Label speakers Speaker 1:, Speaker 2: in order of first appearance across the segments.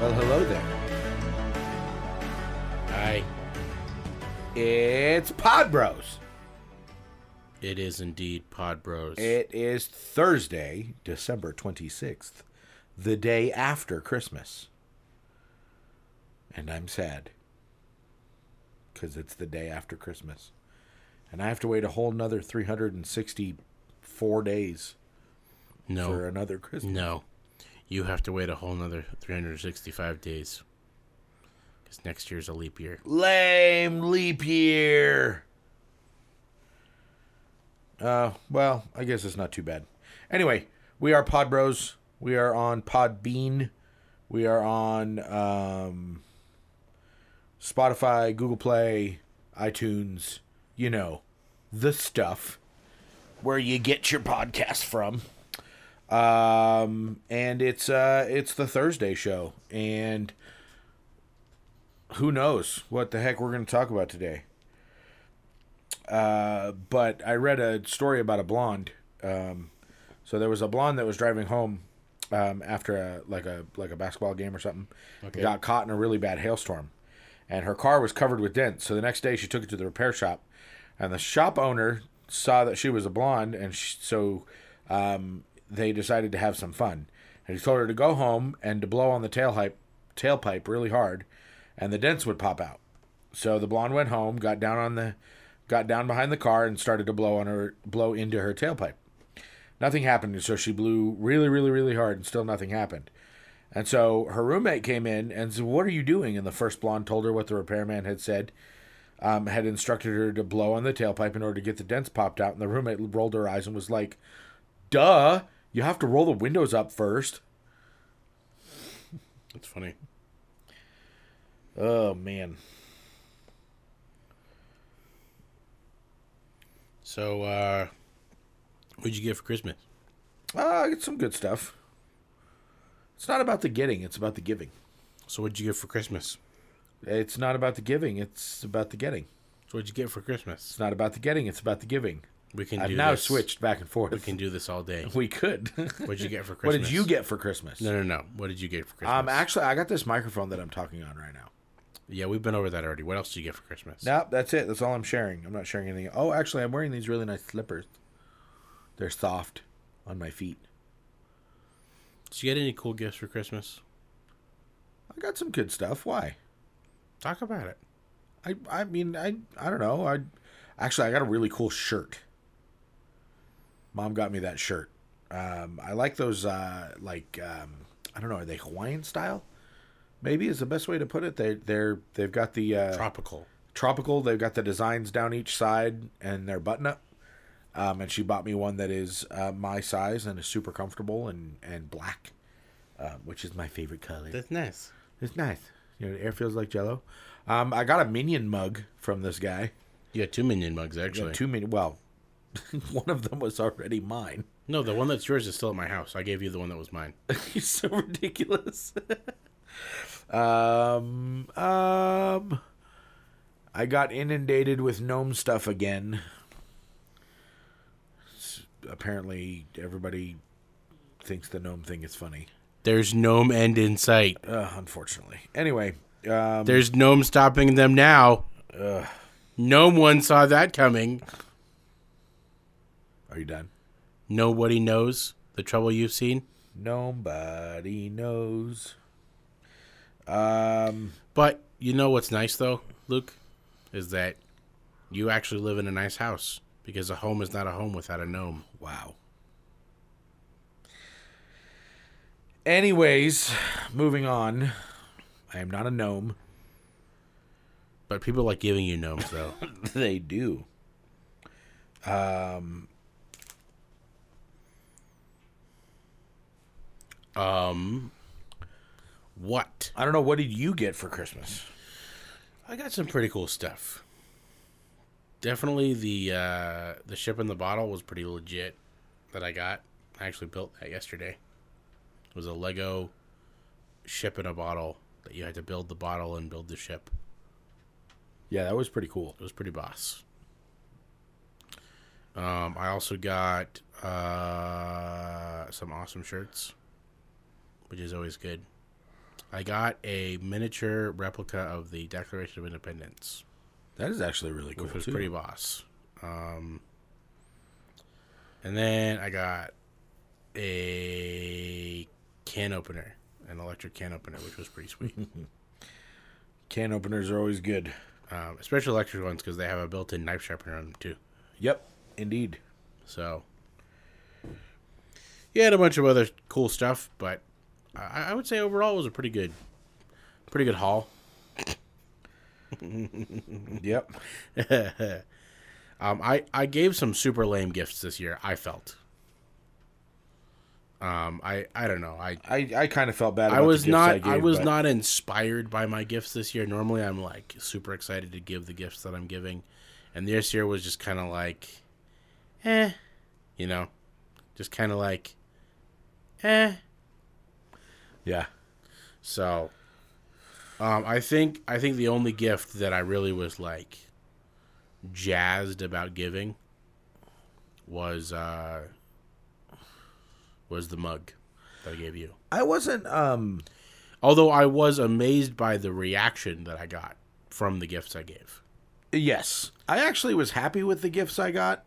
Speaker 1: Well, hello there.
Speaker 2: Aye,
Speaker 1: It's Pod Bros.
Speaker 2: it is indeed Pod Bros.
Speaker 1: It is Thursday, December 26th, the day after Christmas. And I'm sad because it's the day after Christmas. And I have to wait a whole nother 364 days
Speaker 2: no,
Speaker 1: for another Christmas.
Speaker 2: no, you have to wait a whole nother 365 days because next year's a leap year.
Speaker 1: Lame leap year. Uh, well, I guess it's not too bad. Anyway, we are Pod Bros. We are on Podbean. We are on um, Spotify, Google Play, iTunes. You know, the stuff where you get your podcast from. Um, and it's uh, it's the Thursday show, and who knows what the heck we're going to talk about today. Uh, but I read a story about a blonde. Um, so there was a blonde that was driving home um, after a, like a like a basketball game or something.
Speaker 2: Okay.
Speaker 1: Got caught in a really bad hailstorm, and her car was covered with dents. So the next day she took it to the repair shop, and the shop owner saw that she was a blonde, and sh so um, they decided to have some fun. And he told her to go home and to blow on the tailpipe tailpipe really hard, and the dents would pop out. So the blonde went home, got down on the got down behind the car and started to blow on her blow into her tailpipe. Nothing happened, and so she blew really, really, really hard and still nothing happened. And so her roommate came in and said, What are you doing? And the first blonde told her what the repairman had said, um, had instructed her to blow on the tailpipe in order to get the dents popped out. And the roommate rolled her eyes and was like, Duh, you have to roll the windows up first.
Speaker 2: That's funny.
Speaker 1: Oh, man.
Speaker 2: So, uh, what'd you get for Christmas?
Speaker 1: Ah, it's some good stuff. It's not about the getting, it's about the giving.
Speaker 2: So, what'd you get for Christmas?
Speaker 1: It's not about the giving, it's about the getting.
Speaker 2: So, what'd you get for Christmas?
Speaker 1: It's not about the getting, it's about the giving.
Speaker 2: We can
Speaker 1: I've
Speaker 2: do
Speaker 1: now
Speaker 2: this.
Speaker 1: switched back and forth.
Speaker 2: We can do this all day.
Speaker 1: We could.
Speaker 2: What'd you get for
Speaker 1: what
Speaker 2: Christmas?
Speaker 1: did you get for Christmas?
Speaker 2: No, no, no. What did you get for Christmas?
Speaker 1: Um, actually, I got this microphone that I'm talking on right now.
Speaker 2: yeah, we've been over that already. What else did you get for Christmas?
Speaker 1: Nope, that's it. That's all I'm sharing. I'm not sharing anything. Oh, actually, I'm wearing these really nice slippers. They're soft on my feet.
Speaker 2: Did you get any cool gifts for Christmas?
Speaker 1: I got some good stuff. Why?
Speaker 2: Talk about it.
Speaker 1: I I mean I I don't know. I actually I got a really cool shirt. Mom got me that shirt. Um, I like those uh, like um, I don't know are they Hawaiian style? Maybe is the best way to put it. They they're they've got the uh,
Speaker 2: Tropical.
Speaker 1: tropical. They've got the designs down each side and they're button up. Um, and she bought me one that is uh, my size and is super comfortable and and black, uh, which is my favorite color.
Speaker 2: That's nice.
Speaker 1: It's nice. You know, the air feels like jello. Um, I got a minion mug from this guy.
Speaker 2: You got two minion mugs,
Speaker 1: Yeah,
Speaker 2: actually.
Speaker 1: two minion. Well, one of them was already mine.
Speaker 2: No, the one that's yours is still at my house. I gave you the one that was mine.
Speaker 1: He's so ridiculous. um, um, I got inundated with gnome stuff again. S- apparently, everybody thinks the gnome thing is funny.
Speaker 2: There's gnome end in sight.
Speaker 1: Uh, unfortunately. Anyway, um,
Speaker 2: There's gnome stopping them now. Gnome one saw that coming.
Speaker 1: are you done?
Speaker 2: Nobody knows the trouble you've seen.
Speaker 1: Nobody knows. Um,
Speaker 2: But you know what's nice though, Luke, is that you actually live in a nice house because a home is not a home without a gnome.
Speaker 1: wow. Anyways, moving on. I am not a gnome.
Speaker 2: But people like giving you gnomes though.
Speaker 1: they do. Um,
Speaker 2: Um, what?
Speaker 1: I don't know. What did you get for Christmas?
Speaker 2: I got some pretty cool stuff. Definitely the uh, the ship in the bottle was pretty legit that I got. I actually built that yesterday. It was a Lego ship in a bottle that you had to build the bottle and build the ship.
Speaker 1: Yeah, that was pretty cool.
Speaker 2: It was pretty boss. Um, I also got uh, some awesome shirts, which is always good. I got a miniature replica of the Declaration of Independence,
Speaker 1: That is actually really cool.
Speaker 2: which was
Speaker 1: too.
Speaker 2: pretty boss. Um, and then I got a can opener, an electric can opener, which was pretty sweet.
Speaker 1: Can openers are always good.
Speaker 2: um, especially electric ones because they have a built-in knife sharpener on them too.
Speaker 1: Yep, indeed.
Speaker 2: So, yeah, and a bunch of other cool stuff, but I, I would say overall it was a pretty good, pretty good haul.
Speaker 1: Yep.
Speaker 2: Um, I I gave some super lame gifts this year. I felt. Um, I I don't know. I
Speaker 1: I, I kind of felt bad. About
Speaker 2: I was
Speaker 1: the gifts
Speaker 2: not
Speaker 1: I,
Speaker 2: I,
Speaker 1: gave,
Speaker 2: was
Speaker 1: but
Speaker 2: not inspired by my gifts this year. Normally I'm like super excited to give the gifts that I'm giving. And this year was just kind of like eh, you know. Just kind of like eh.
Speaker 1: Yeah.
Speaker 2: So um I think I think the only gift that I really was like jazzed about giving was uh was the mug that I gave you.
Speaker 1: I wasn't. Um.
Speaker 2: Although I was amazed by the reaction that I got from the gifts I gave.
Speaker 1: Yes, I actually was happy with the gifts I got,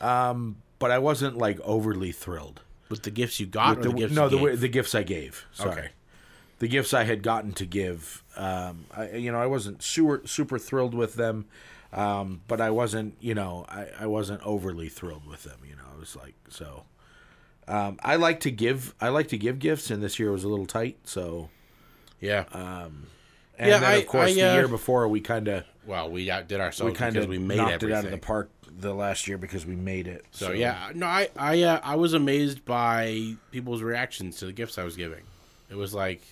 Speaker 1: um, but I wasn't like overly thrilled.
Speaker 2: With the gifts you got or the,
Speaker 1: The-
Speaker 2: gifts
Speaker 1: no,
Speaker 2: you
Speaker 1: the
Speaker 2: gave?
Speaker 1: way- the gifts I gave. Sorry.
Speaker 2: Okay.
Speaker 1: The gifts I had gotten to give, um, I, you know, I wasn't super super thrilled with them, um, but I wasn't, you know, I, I wasn't overly thrilled with them. You know, I was like, so, um, I like to give, I like to give gifts, and this year was a little tight, so,
Speaker 2: Yeah.
Speaker 1: Uh, and
Speaker 2: Yeah,
Speaker 1: then
Speaker 2: I-
Speaker 1: of course
Speaker 2: I,
Speaker 1: the
Speaker 2: uh,
Speaker 1: year before we kind of
Speaker 2: well, we outdid ourselves
Speaker 1: we kind
Speaker 2: Oh, because
Speaker 1: of
Speaker 2: we made
Speaker 1: knocked
Speaker 2: everything.
Speaker 1: it out of the park the last year because we made it.
Speaker 2: so, yeah, no, I I uh, I was amazed by people's reactions to the gifts I was giving. It was like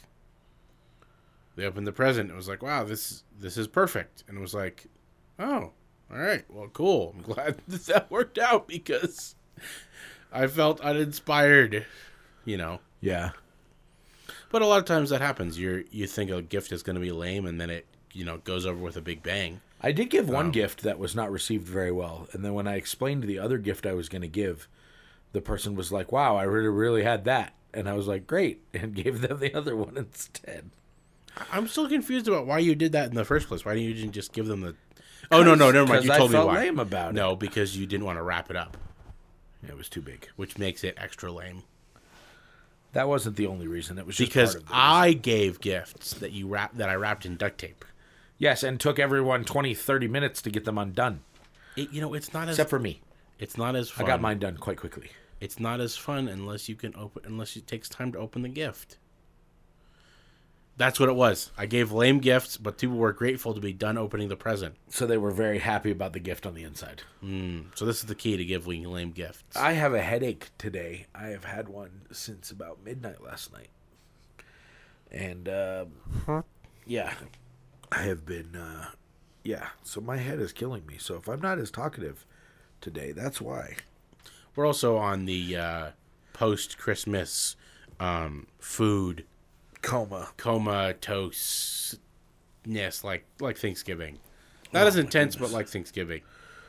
Speaker 2: they opened the present. It was like, wow, this this is perfect, and it was like, oh, all right, well, cool. I'm glad that that worked out because I felt uninspired. You know.
Speaker 1: yeah.
Speaker 2: But a lot of times that happens. You are you think a gift is going to be lame, and then it you know goes over with a big bang.
Speaker 1: I did give one gift that was not received very well, and then when I explained the other gift I was going to give, the person was like, "Wow, I really, really had that," and I was like, "Great," and gave them the other one instead.
Speaker 2: I- I'm still confused about why you did that in the first place. Why didn't you just give them the? Oh no no never mind. You
Speaker 1: 'Cause
Speaker 2: told
Speaker 1: I
Speaker 2: me
Speaker 1: felt
Speaker 2: why.
Speaker 1: lame about
Speaker 2: no, because you didn't want to wrap it up,
Speaker 1: it. It was too big.
Speaker 2: which makes it extra lame.
Speaker 1: That wasn't the only reason. It was just
Speaker 2: Because
Speaker 1: part of the reason.
Speaker 2: I gave gifts that you wrap that I wrapped in duct tape.
Speaker 1: yes, and took everyone 20, 30 minutes to get them undone,
Speaker 2: It, you know it's not as
Speaker 1: except for me.
Speaker 2: it's not as fun.
Speaker 1: I got mine done quite quickly.
Speaker 2: It's not as fun unless you can open unless it takes time to open the gift. That's what it was. I gave lame gifts, but people were grateful to be done opening the present.
Speaker 1: So they were very happy about the gift on the inside.
Speaker 2: Mm. So this is the key to giving lame gifts.
Speaker 1: I have a headache today. I have had one since about midnight last night, and um, yeah, I have been. Uh, yeah, so my head is killing me. So if I'm not as talkative today, that's why.
Speaker 2: We're also on the uh, post Christmas um, food
Speaker 1: Coma.
Speaker 2: comatoseness, like like Thanksgiving.
Speaker 1: Oh
Speaker 2: Not as intense, but like Thanksgiving.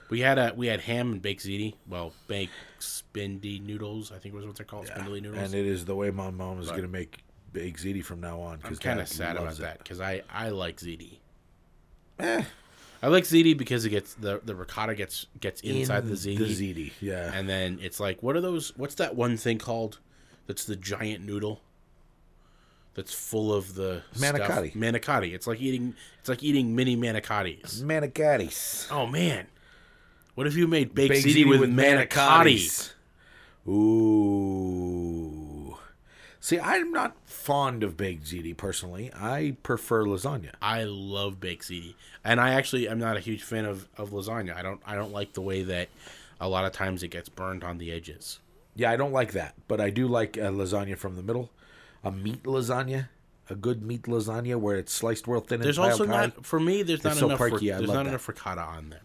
Speaker 2: We had a we had ham and baked ziti. Well, baked spindy noodles. I think was what they're called, spindly noodles.
Speaker 1: And it is the way my mom is going to make baked ziti from now on.
Speaker 2: I'm
Speaker 1: Because
Speaker 2: kind of sad about that because I I like ZD.
Speaker 1: Eh.
Speaker 2: I like ZD because it gets the the ricotta gets gets inside the ZD,
Speaker 1: The ziti, yeah.
Speaker 2: and then it's like what are those? What's that one thing called? That's the giant noodle. That's full of the
Speaker 1: Manicotti.
Speaker 2: Stuff. Manicotti. It's like eating. It's like eating mini manicottis.
Speaker 1: Manicatis.
Speaker 2: Oh man, what if you made baked,
Speaker 1: Baked
Speaker 2: ziti,
Speaker 1: ziti
Speaker 2: with,
Speaker 1: with
Speaker 2: manicotti?
Speaker 1: manicottis. Ooh. See, I'm not fond of baked ziti personally. I prefer lasagna.
Speaker 2: I love baked ziti, and I actually am not a huge fan of, of lasagna. I don't I don't like the way that a lot of times it gets burned on the edges.
Speaker 1: Yeah, I don't like that, but I do like uh, lasagna from the middle. a meat lasagna, a good meat lasagna where it's sliced real thin
Speaker 2: There's
Speaker 1: and piled
Speaker 2: also
Speaker 1: high.
Speaker 2: not for me. There's not
Speaker 1: so
Speaker 2: enough.
Speaker 1: perky, I
Speaker 2: ric- there's
Speaker 1: love
Speaker 2: not
Speaker 1: that.
Speaker 2: enough ricotta on there.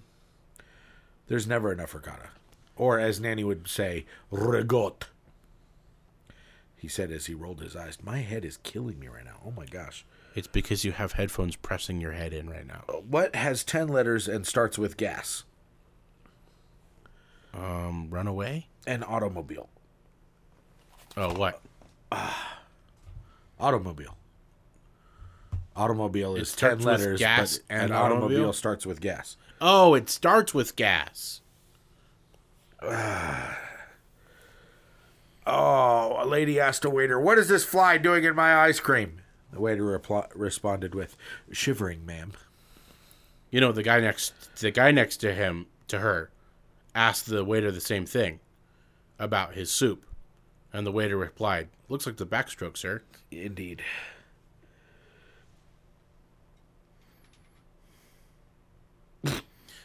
Speaker 1: There's never enough ricotta. Or as Nanny would say, rigot. He said as he rolled his eyes, My head is killing me right now. Oh my gosh.
Speaker 2: It's because you have headphones pressing your head in right now.
Speaker 1: What has 10 letters and starts with gas?
Speaker 2: Um, run away.
Speaker 1: An automobile.
Speaker 2: Oh, what?
Speaker 1: Automobile. Automobile is 10
Speaker 2: starts with
Speaker 1: letters,
Speaker 2: gas
Speaker 1: but an
Speaker 2: and
Speaker 1: automobile?
Speaker 2: automobile?
Speaker 1: starts with gas.
Speaker 2: Oh, it starts with gas.
Speaker 1: Oh, a lady asked a waiter, What is this fly doing in my ice cream? The waiter repl- responded with, Shivering, ma'am.
Speaker 2: You know the guy next the guy next to him to her asked the waiter the same thing about his soup, and the waiter replied, "Looks like the backstroke, sir."
Speaker 1: Indeed.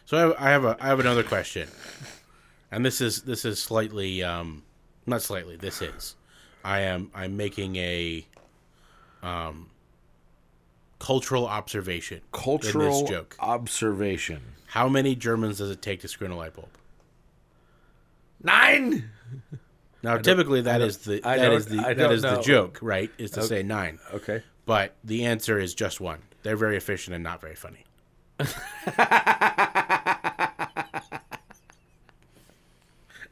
Speaker 2: So I have, I have a I have another question, and this is this is slightly um not slightly this is I am I'm making a um cultural observation in this
Speaker 1: Cultural
Speaker 2: joke.
Speaker 1: observation.
Speaker 2: How many Germans does it take to screw in a light bulb?
Speaker 1: Nine!
Speaker 2: Now typically that is the
Speaker 1: I
Speaker 2: that
Speaker 1: don't-
Speaker 2: is the
Speaker 1: I
Speaker 2: that
Speaker 1: don't
Speaker 2: is the
Speaker 1: know.
Speaker 2: joke right is to say nine,
Speaker 1: Okay.
Speaker 2: but the answer is just one. They're very efficient and not very funny.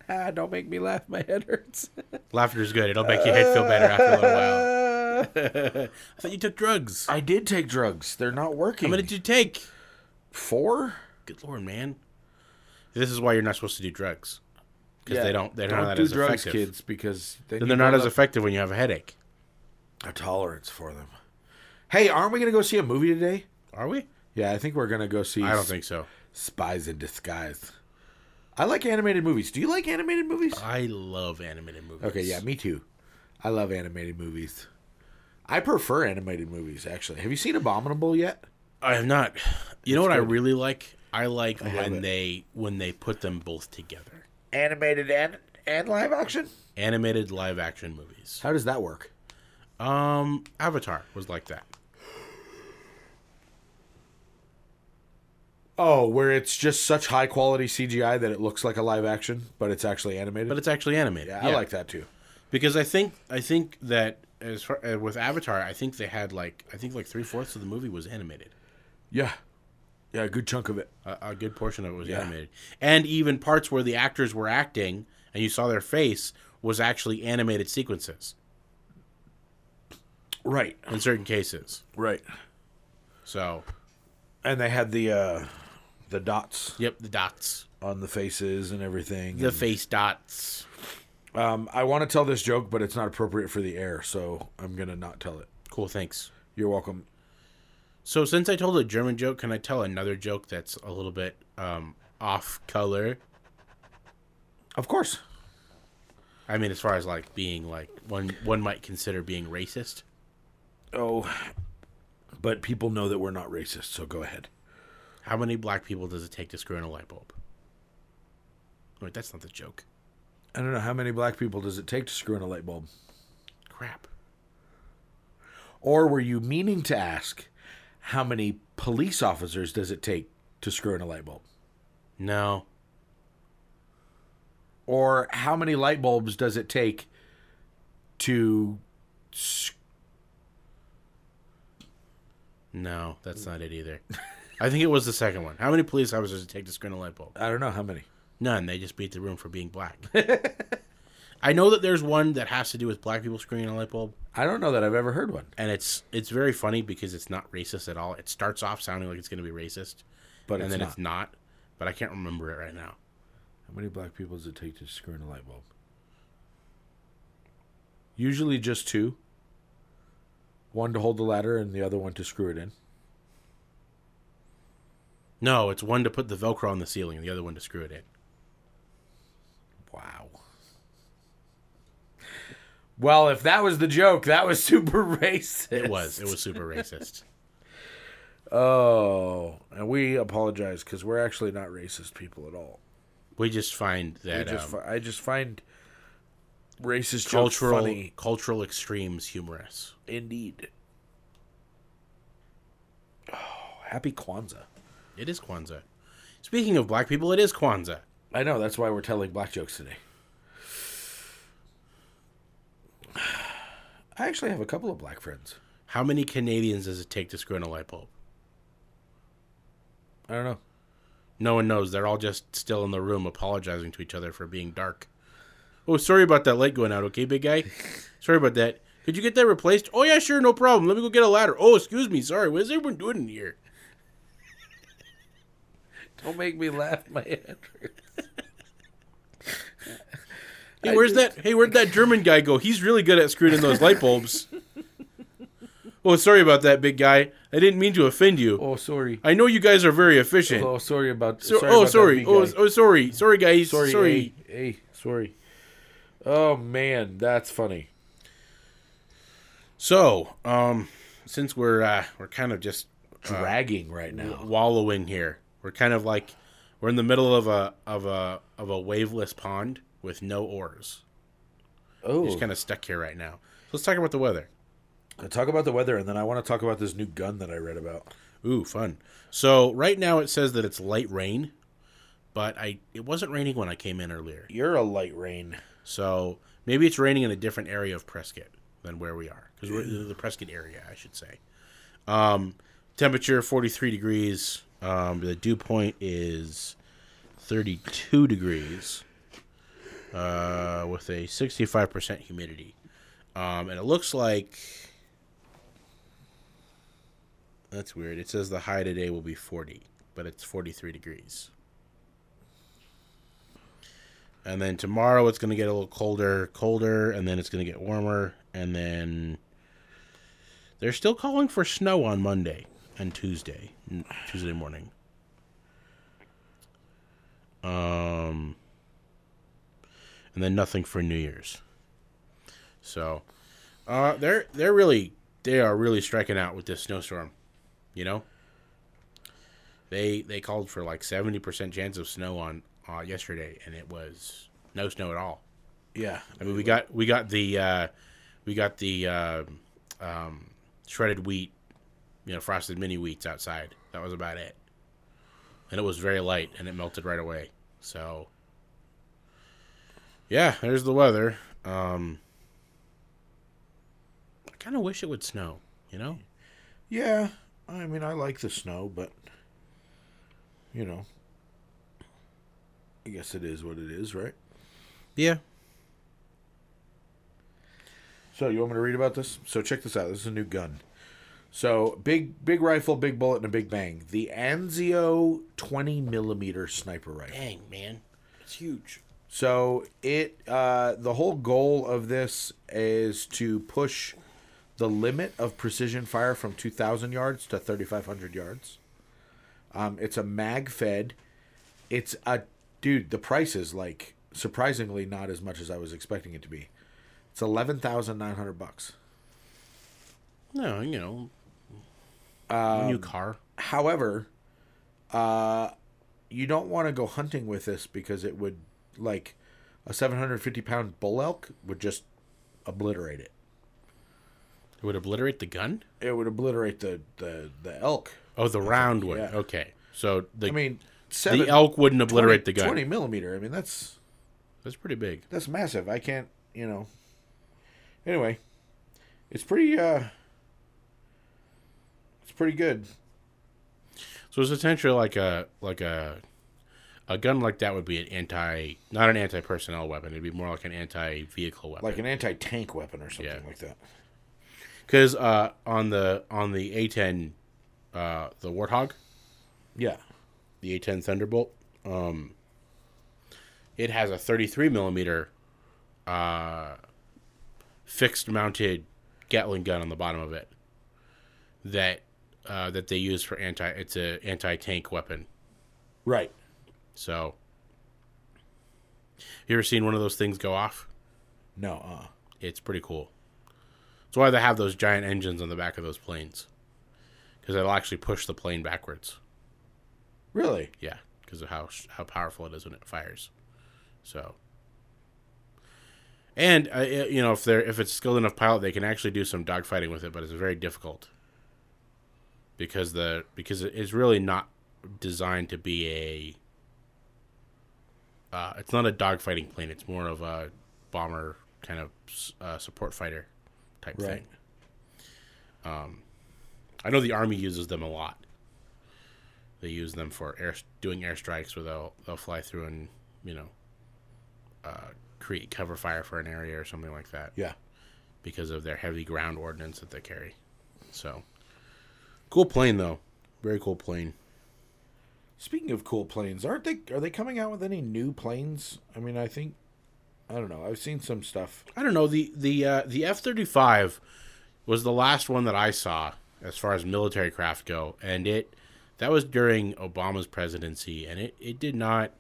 Speaker 1: Ah, don't make me laugh. My head hurts.
Speaker 2: Laughter's good; it'll make your head feel better after a little while. I thought you took drugs.
Speaker 1: I did take drugs. They're not working.
Speaker 2: How many did you take?
Speaker 1: Four?
Speaker 2: Good lord, man. This is why you're not supposed to do drugs. Because they don't they're not
Speaker 1: do
Speaker 2: as
Speaker 1: drugs,
Speaker 2: effective.
Speaker 1: kids, because then
Speaker 2: Then
Speaker 1: you
Speaker 2: they're not
Speaker 1: build
Speaker 2: as
Speaker 1: up
Speaker 2: effective when you have a headache.
Speaker 1: a tolerance for them. Hey, aren't we gonna go see a movie today?
Speaker 2: Are we?
Speaker 1: Yeah, I think we're gonna go see.
Speaker 2: I don't think so.
Speaker 1: Spies in Disguise. I like animated movies. Do you like animated movies?
Speaker 2: I love animated movies.
Speaker 1: Okay, yeah, me too. I love animated movies. I prefer animated movies actually. Have you seen Abominable yet?
Speaker 2: I have not. You know what I really like? I like
Speaker 1: have
Speaker 2: when
Speaker 1: it.
Speaker 2: they when they put them both together.
Speaker 1: Animated and and live action.
Speaker 2: Animated live action movies.
Speaker 1: How does that work?
Speaker 2: Um Avatar was like that.
Speaker 1: Oh, where it's just such high quality CGI that it looks like a live action, but it's actually animated.
Speaker 2: But it's actually animated.
Speaker 1: yeah, I like that too.
Speaker 2: because I think I think that as far uh, with Avatar, I think they had like I think like three fourths of the movie was animated.
Speaker 1: Yeah, yeah, a good chunk of it.
Speaker 2: a, a good portion of it was animated, and even parts where the actors were acting and you saw their face was actually animated sequences
Speaker 1: Right,
Speaker 2: in certain cases.
Speaker 1: right.
Speaker 2: So,
Speaker 1: And they had the uh the dots
Speaker 2: yep, the dots,
Speaker 1: on the faces and everything.
Speaker 2: the face dots.
Speaker 1: Um, I want to tell this joke, but it's not appropriate for the air, so I'm gonna not tell it.
Speaker 2: Cool, thanks.
Speaker 1: You're welcome.
Speaker 2: So, since I told a German joke, can I tell another joke that's a little bit um, off color?
Speaker 1: Of course.
Speaker 2: I mean, as far as like being like one one might consider being racist.
Speaker 1: Oh, but people know that we're not racist, so go ahead.
Speaker 2: How many black people does it take to screw in a light bulb? Wait, that's not the joke.
Speaker 1: I don't know how many black people does it take to screw in a light bulb,
Speaker 2: Crap.
Speaker 1: or were you meaning to ask how many police officers does it take to screw in a light bulb,
Speaker 2: No,
Speaker 1: or how many light bulbs does it take to? sc-
Speaker 2: No, that's not it either. I think it was the second one. How many police officers did it take to screen a light bulb?
Speaker 1: I don't know how many.
Speaker 2: None. They just beat the room for being black. I know that there's one that has to do with black people screening a light bulb,
Speaker 1: I don't know that I've ever heard one,
Speaker 2: and it's it's very funny because it's not racist at all. It starts off sounding like it's going to be racist,
Speaker 1: but
Speaker 2: and
Speaker 1: it's
Speaker 2: then
Speaker 1: not.
Speaker 2: it's not. But I can't remember it right now.
Speaker 1: How many black people does it take to screw in a light bulb? Usually just two. One to hold the ladder and the other one to screw it in.
Speaker 2: No, it's one to put the Velcro on the ceiling, and the other one to screw it in.
Speaker 1: Wow. Well, if that was the joke, that was super racist.
Speaker 2: It was it was super racist.
Speaker 1: Oh, and we apologize because we're actually not racist people at all.
Speaker 2: We just find
Speaker 1: We
Speaker 2: that
Speaker 1: just
Speaker 2: um,
Speaker 1: fi- I just find Racist jokes
Speaker 2: cultural
Speaker 1: funny.
Speaker 2: cultural extremes humorous.
Speaker 1: Indeed. Oh, happy Kwanzaa.
Speaker 2: It is Kwanzaa. Speaking of black people, it is Kwanzaa.
Speaker 1: I know, that's why we're telling black jokes today. I actually have a couple of black friends.
Speaker 2: How many Canadians does it take to screw in a light bulb?
Speaker 1: I don't know.
Speaker 2: No one knows. They're all just still in the room apologizing to each other for being dark. Oh, sorry about that light going out, okay, big guy? Sorry about that. Could you get that replaced? Oh, yeah, sure, no problem. Let me go get a ladder. Oh, excuse me. Sorry. What is everyone doing in here?
Speaker 1: Don't make me laugh, my head.
Speaker 2: Hey, where's that? Hey, where'd that German guy go? He's really good at screwing in those light bulbs. Oh, sorry about that, big guy. I didn't mean to offend you.
Speaker 1: Oh, sorry.
Speaker 2: I know you guys are very efficient.
Speaker 1: Oh, sorry about.
Speaker 2: So-
Speaker 1: sorry
Speaker 2: oh,
Speaker 1: about
Speaker 2: sorry.
Speaker 1: That
Speaker 2: Oh,
Speaker 1: big guy. eh?
Speaker 2: oh, sorry. Sorry, guys. Sorry.
Speaker 1: Hey, hey, sorry. Oh man, that's funny.
Speaker 2: So, um, since we're uh, we're kind of just
Speaker 1: Uh, Dragging right now.
Speaker 2: wallowing here, we're kind of like we're in the middle of a of a of a waveless pond with no oars.
Speaker 1: Oh,
Speaker 2: We're just kind of stuck here right now. Let's talk about the weather.
Speaker 1: talk about the weather, and then I want to talk about this new gun that I read about.
Speaker 2: Ooh, fun. So right now it says that it's light rain, but I it wasn't raining when I came in earlier.
Speaker 1: You're a light rain.
Speaker 2: So maybe it's raining in a different area of Prescott than where we are, because we're in the Prescott area, I should say. Um, temperature forty three degrees. Um, the dew point is thirty two degrees, uh, with a sixty five percent humidity, um, and it looks like. That's weird. It says the high today will be 40, but it's 43 degrees. And then tomorrow it's going to get a little colder, colder, and then it's going to get warmer. And then they're still calling for snow on Monday and Tuesday, n- Tuesday morning. Um, and then nothing for New Year's. So, uh, they're they're really they are really striking out with this snowstorm. You know, they they called for like seventy percent chance of snow on uh, yesterday, and it was no snow at all.
Speaker 1: Yeah,
Speaker 2: I mean, we got we got the uh, we got the uh, um, shredded wheat, you know, frosted mini wheats outside. That was about it, and it was very light, and it melted right away. So, yeah, there's the weather. Um, I kind of wish it would snow. You know,
Speaker 1: yeah. I mean, I like the snow, but you know, I guess it is what it is, right?
Speaker 2: yeah,
Speaker 1: So you want me to read about this? So check this out. This is a new gun. So big, big rifle, big bullet, and a big bang. The Anzio twenty millimeter sniper rifle.
Speaker 2: dang man, it's huge.
Speaker 1: So it uh, the whole goal of this is to push the limit of precision fire from 2,000 yards to 3,500 yards. Um, it's a mag fed. It's a dude. The price is like surprisingly not as much as I was expecting it to be. It's eleven thousand nine hundred bucks.
Speaker 2: No, you know, a new car.
Speaker 1: However, uh, you don't want to go hunting with this because it would like a 750 pound bull elk would just obliterate it.
Speaker 2: It would obliterate the gun.
Speaker 1: It would obliterate the the, the elk.
Speaker 2: Oh, the round one.
Speaker 1: yeah.
Speaker 2: Okay, so the
Speaker 1: I mean, seven,
Speaker 2: the elk wouldn't
Speaker 1: 20
Speaker 2: obliterate the gun.
Speaker 1: 20 millimeter. I mean, that's
Speaker 2: That's pretty big.
Speaker 1: that's massive. I can't, you know. Anyway, it's pretty uh it's pretty good.
Speaker 2: So it's essentially like a like a a gun like that would be an anti not an anti personnel weapon. It'd be more like an anti vehicle
Speaker 1: Like
Speaker 2: weapon.
Speaker 1: an anti-tank weapon or something
Speaker 2: Yeah.
Speaker 1: like that.
Speaker 2: Because uh, on the on the A ten, uh, the Warthog,
Speaker 1: Yeah.
Speaker 2: the A ten Thunderbolt, um, it has a thirty three millimeter uh, fixed mounted Gatling gun on the bottom of it that uh, that they use for anti. It's a anti tank weapon.
Speaker 1: Right.
Speaker 2: So, you ever seen one of those things go off?
Speaker 1: No, uh
Speaker 2: It's pretty cool. That's why they have those giant engines on the back of those planes, because they'll actually push the plane backwards.
Speaker 1: Really?
Speaker 2: Yeah, because of how how powerful it is when it fires. So, And uh, it- you know, if they're if it's a skilled enough pilot, they can actually do some dogfighting with it, but it's very difficult because the because it- it's really not designed to be a. Uh, it's not a dogfighting plane. It's more of a bomber kind of s- uh, support fighter type
Speaker 1: Right.
Speaker 2: thing. Um, I know the army uses them a lot. They use them for air doing airstrikes where they'll they'll fly through and you know uh, create cover fire for an area or something like that
Speaker 1: Yeah.
Speaker 2: because of their heavy ground ordnance that they carry. So, cool plane though, very cool plane.
Speaker 1: Speaking of cool planes, aren't they are they coming out with any new planes? I mean, I think I don't know. I've seen some stuff.
Speaker 2: I don't know the the uh, the F thirty five was the last one that I saw as far as military craft go, and it that was during Obama's presidency, and it it did not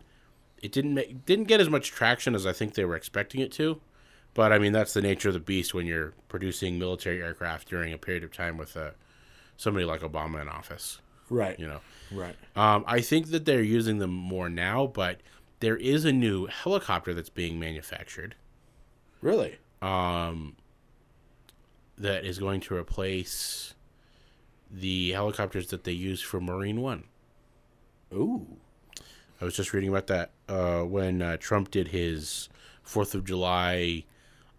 Speaker 2: it didn't make didn't get as much traction as I think they were expecting it to. But I mean that's the nature of the beast when you're producing military aircraft during a period of time with uh, somebody like Obama in office,
Speaker 1: Right.
Speaker 2: you know.
Speaker 1: Right.
Speaker 2: Um, I think that they're using them more now, but there is a new helicopter that's being manufactured
Speaker 1: Really?
Speaker 2: um, that is going to replace the helicopters that they use for Marine One.
Speaker 1: Ooh.
Speaker 2: I was just reading about that uh, when uh, Trump did his Fourth of July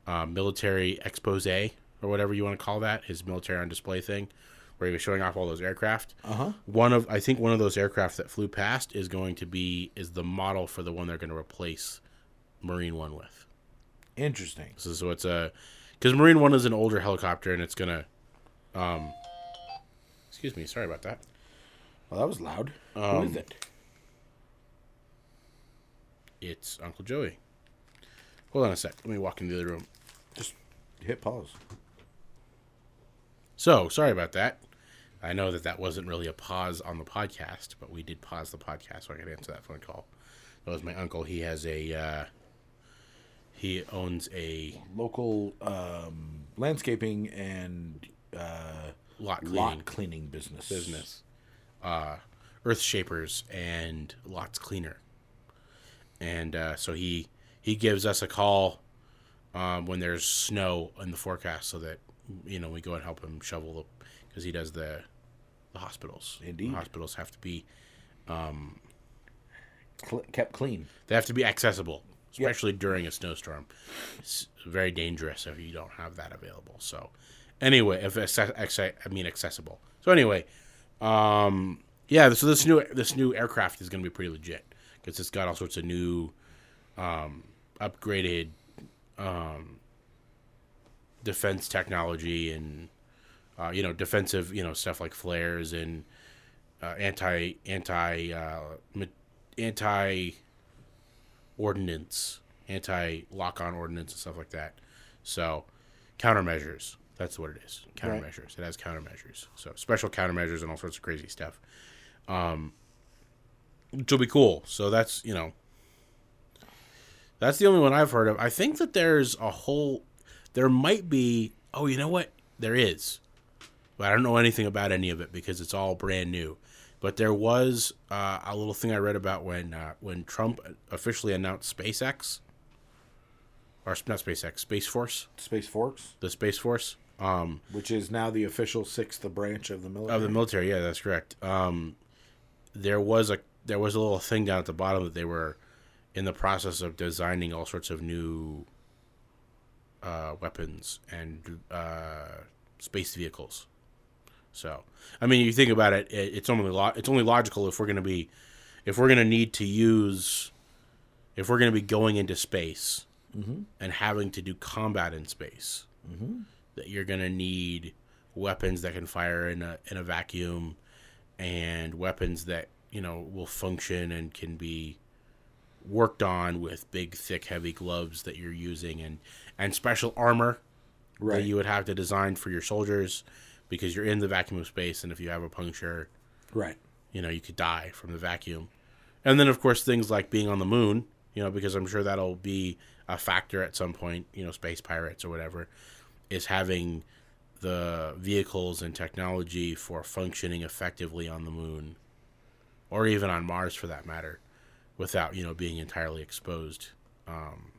Speaker 2: uh, military expose or whatever you want to call that, his military on display thing, where he was showing off all those aircraft.
Speaker 1: Uh-huh.
Speaker 2: One of I think one of those aircraft that flew past is going to be is the model for the one they're going to replace Marine One with.
Speaker 1: Interesting.
Speaker 2: So, so it's a because Marine One is an older helicopter and it's gonna. Um, excuse me, sorry about that.
Speaker 1: Well, that was loud. Who
Speaker 2: Um,
Speaker 1: is it?
Speaker 2: It's Uncle Joey. Hold on a sec. Let me walk into the other room.
Speaker 1: Just hit pause.
Speaker 2: So sorry about that. I know that that wasn't really a pause on the podcast, but we did pause the podcast so I could answer that phone call. That was my uncle. He has a. Uh, he owns a
Speaker 1: Local um, landscaping and uh,
Speaker 2: lot cleaning
Speaker 1: lot cleaning business.
Speaker 2: business, uh, Earth Shapers and Lots Cleaner. And uh, so he he gives us a call um, when there's snow in the forecast, so that you know we go and help him shovel the because he does the the hospitals.
Speaker 1: Indeed.
Speaker 2: the hospitals have to be
Speaker 1: Cl- kept clean.
Speaker 2: they have to be accessible, especially during a snowstorm. It's very dangerous if you don't have that available. So, anyway, if acce- acce- I mean accessible. So anyway, um, yeah. So this new this new aircraft is going to be pretty legit because it's got all sorts of new, um, upgraded, um, defense technology and uh, you know defensive you know stuff like flares and uh, anti anti uh, ma- anti ordinance, anti lock on ordinance and stuff like that. So countermeasures. That's what it is.
Speaker 1: Right.
Speaker 2: Countermeasures. It has countermeasures. So special countermeasures and all sorts of crazy stuff. Um which will be cool. So that's you know that's the only one I've heard of. I think that there's a whole there might be oh, you know what? There is. But I don't know anything about any of it because it's all brand new. But there was uh, a little thing I read about when uh, when Trump officially announced SpaceX, or not SpaceX, Space Force,
Speaker 1: Space Forks,
Speaker 2: the Space Force. Um,
Speaker 1: which is now the official sixth branch of the military.
Speaker 2: of the military, yeah, that's correct. Um, there was a there was a little thing down at the bottom that they were in the process of designing all sorts of new uh, weapons and uh, space vehicles. So, I mean, you think about it, it it's only lo- it's only logical if we're going to be if we're going to need to use if we're going to be going into space
Speaker 1: Mm-hmm.
Speaker 2: and having to do combat in space that you're going to need weapons that can fire in a in a vacuum and weapons that you know will function and can be worked on with big thick heavy gloves that you're using and and special armor that
Speaker 1: right.
Speaker 2: you would have to design for your soldiers because you're in the vacuum of space and if you have a puncture
Speaker 1: right.
Speaker 2: you know you could die from the vacuum and then of course things like being on the moon you know because i'm sure that'll be a factor at some point you know space pirates or whatever is having the vehicles and technology for functioning effectively on the moon or even on mars for that matter without you know being entirely exposed um,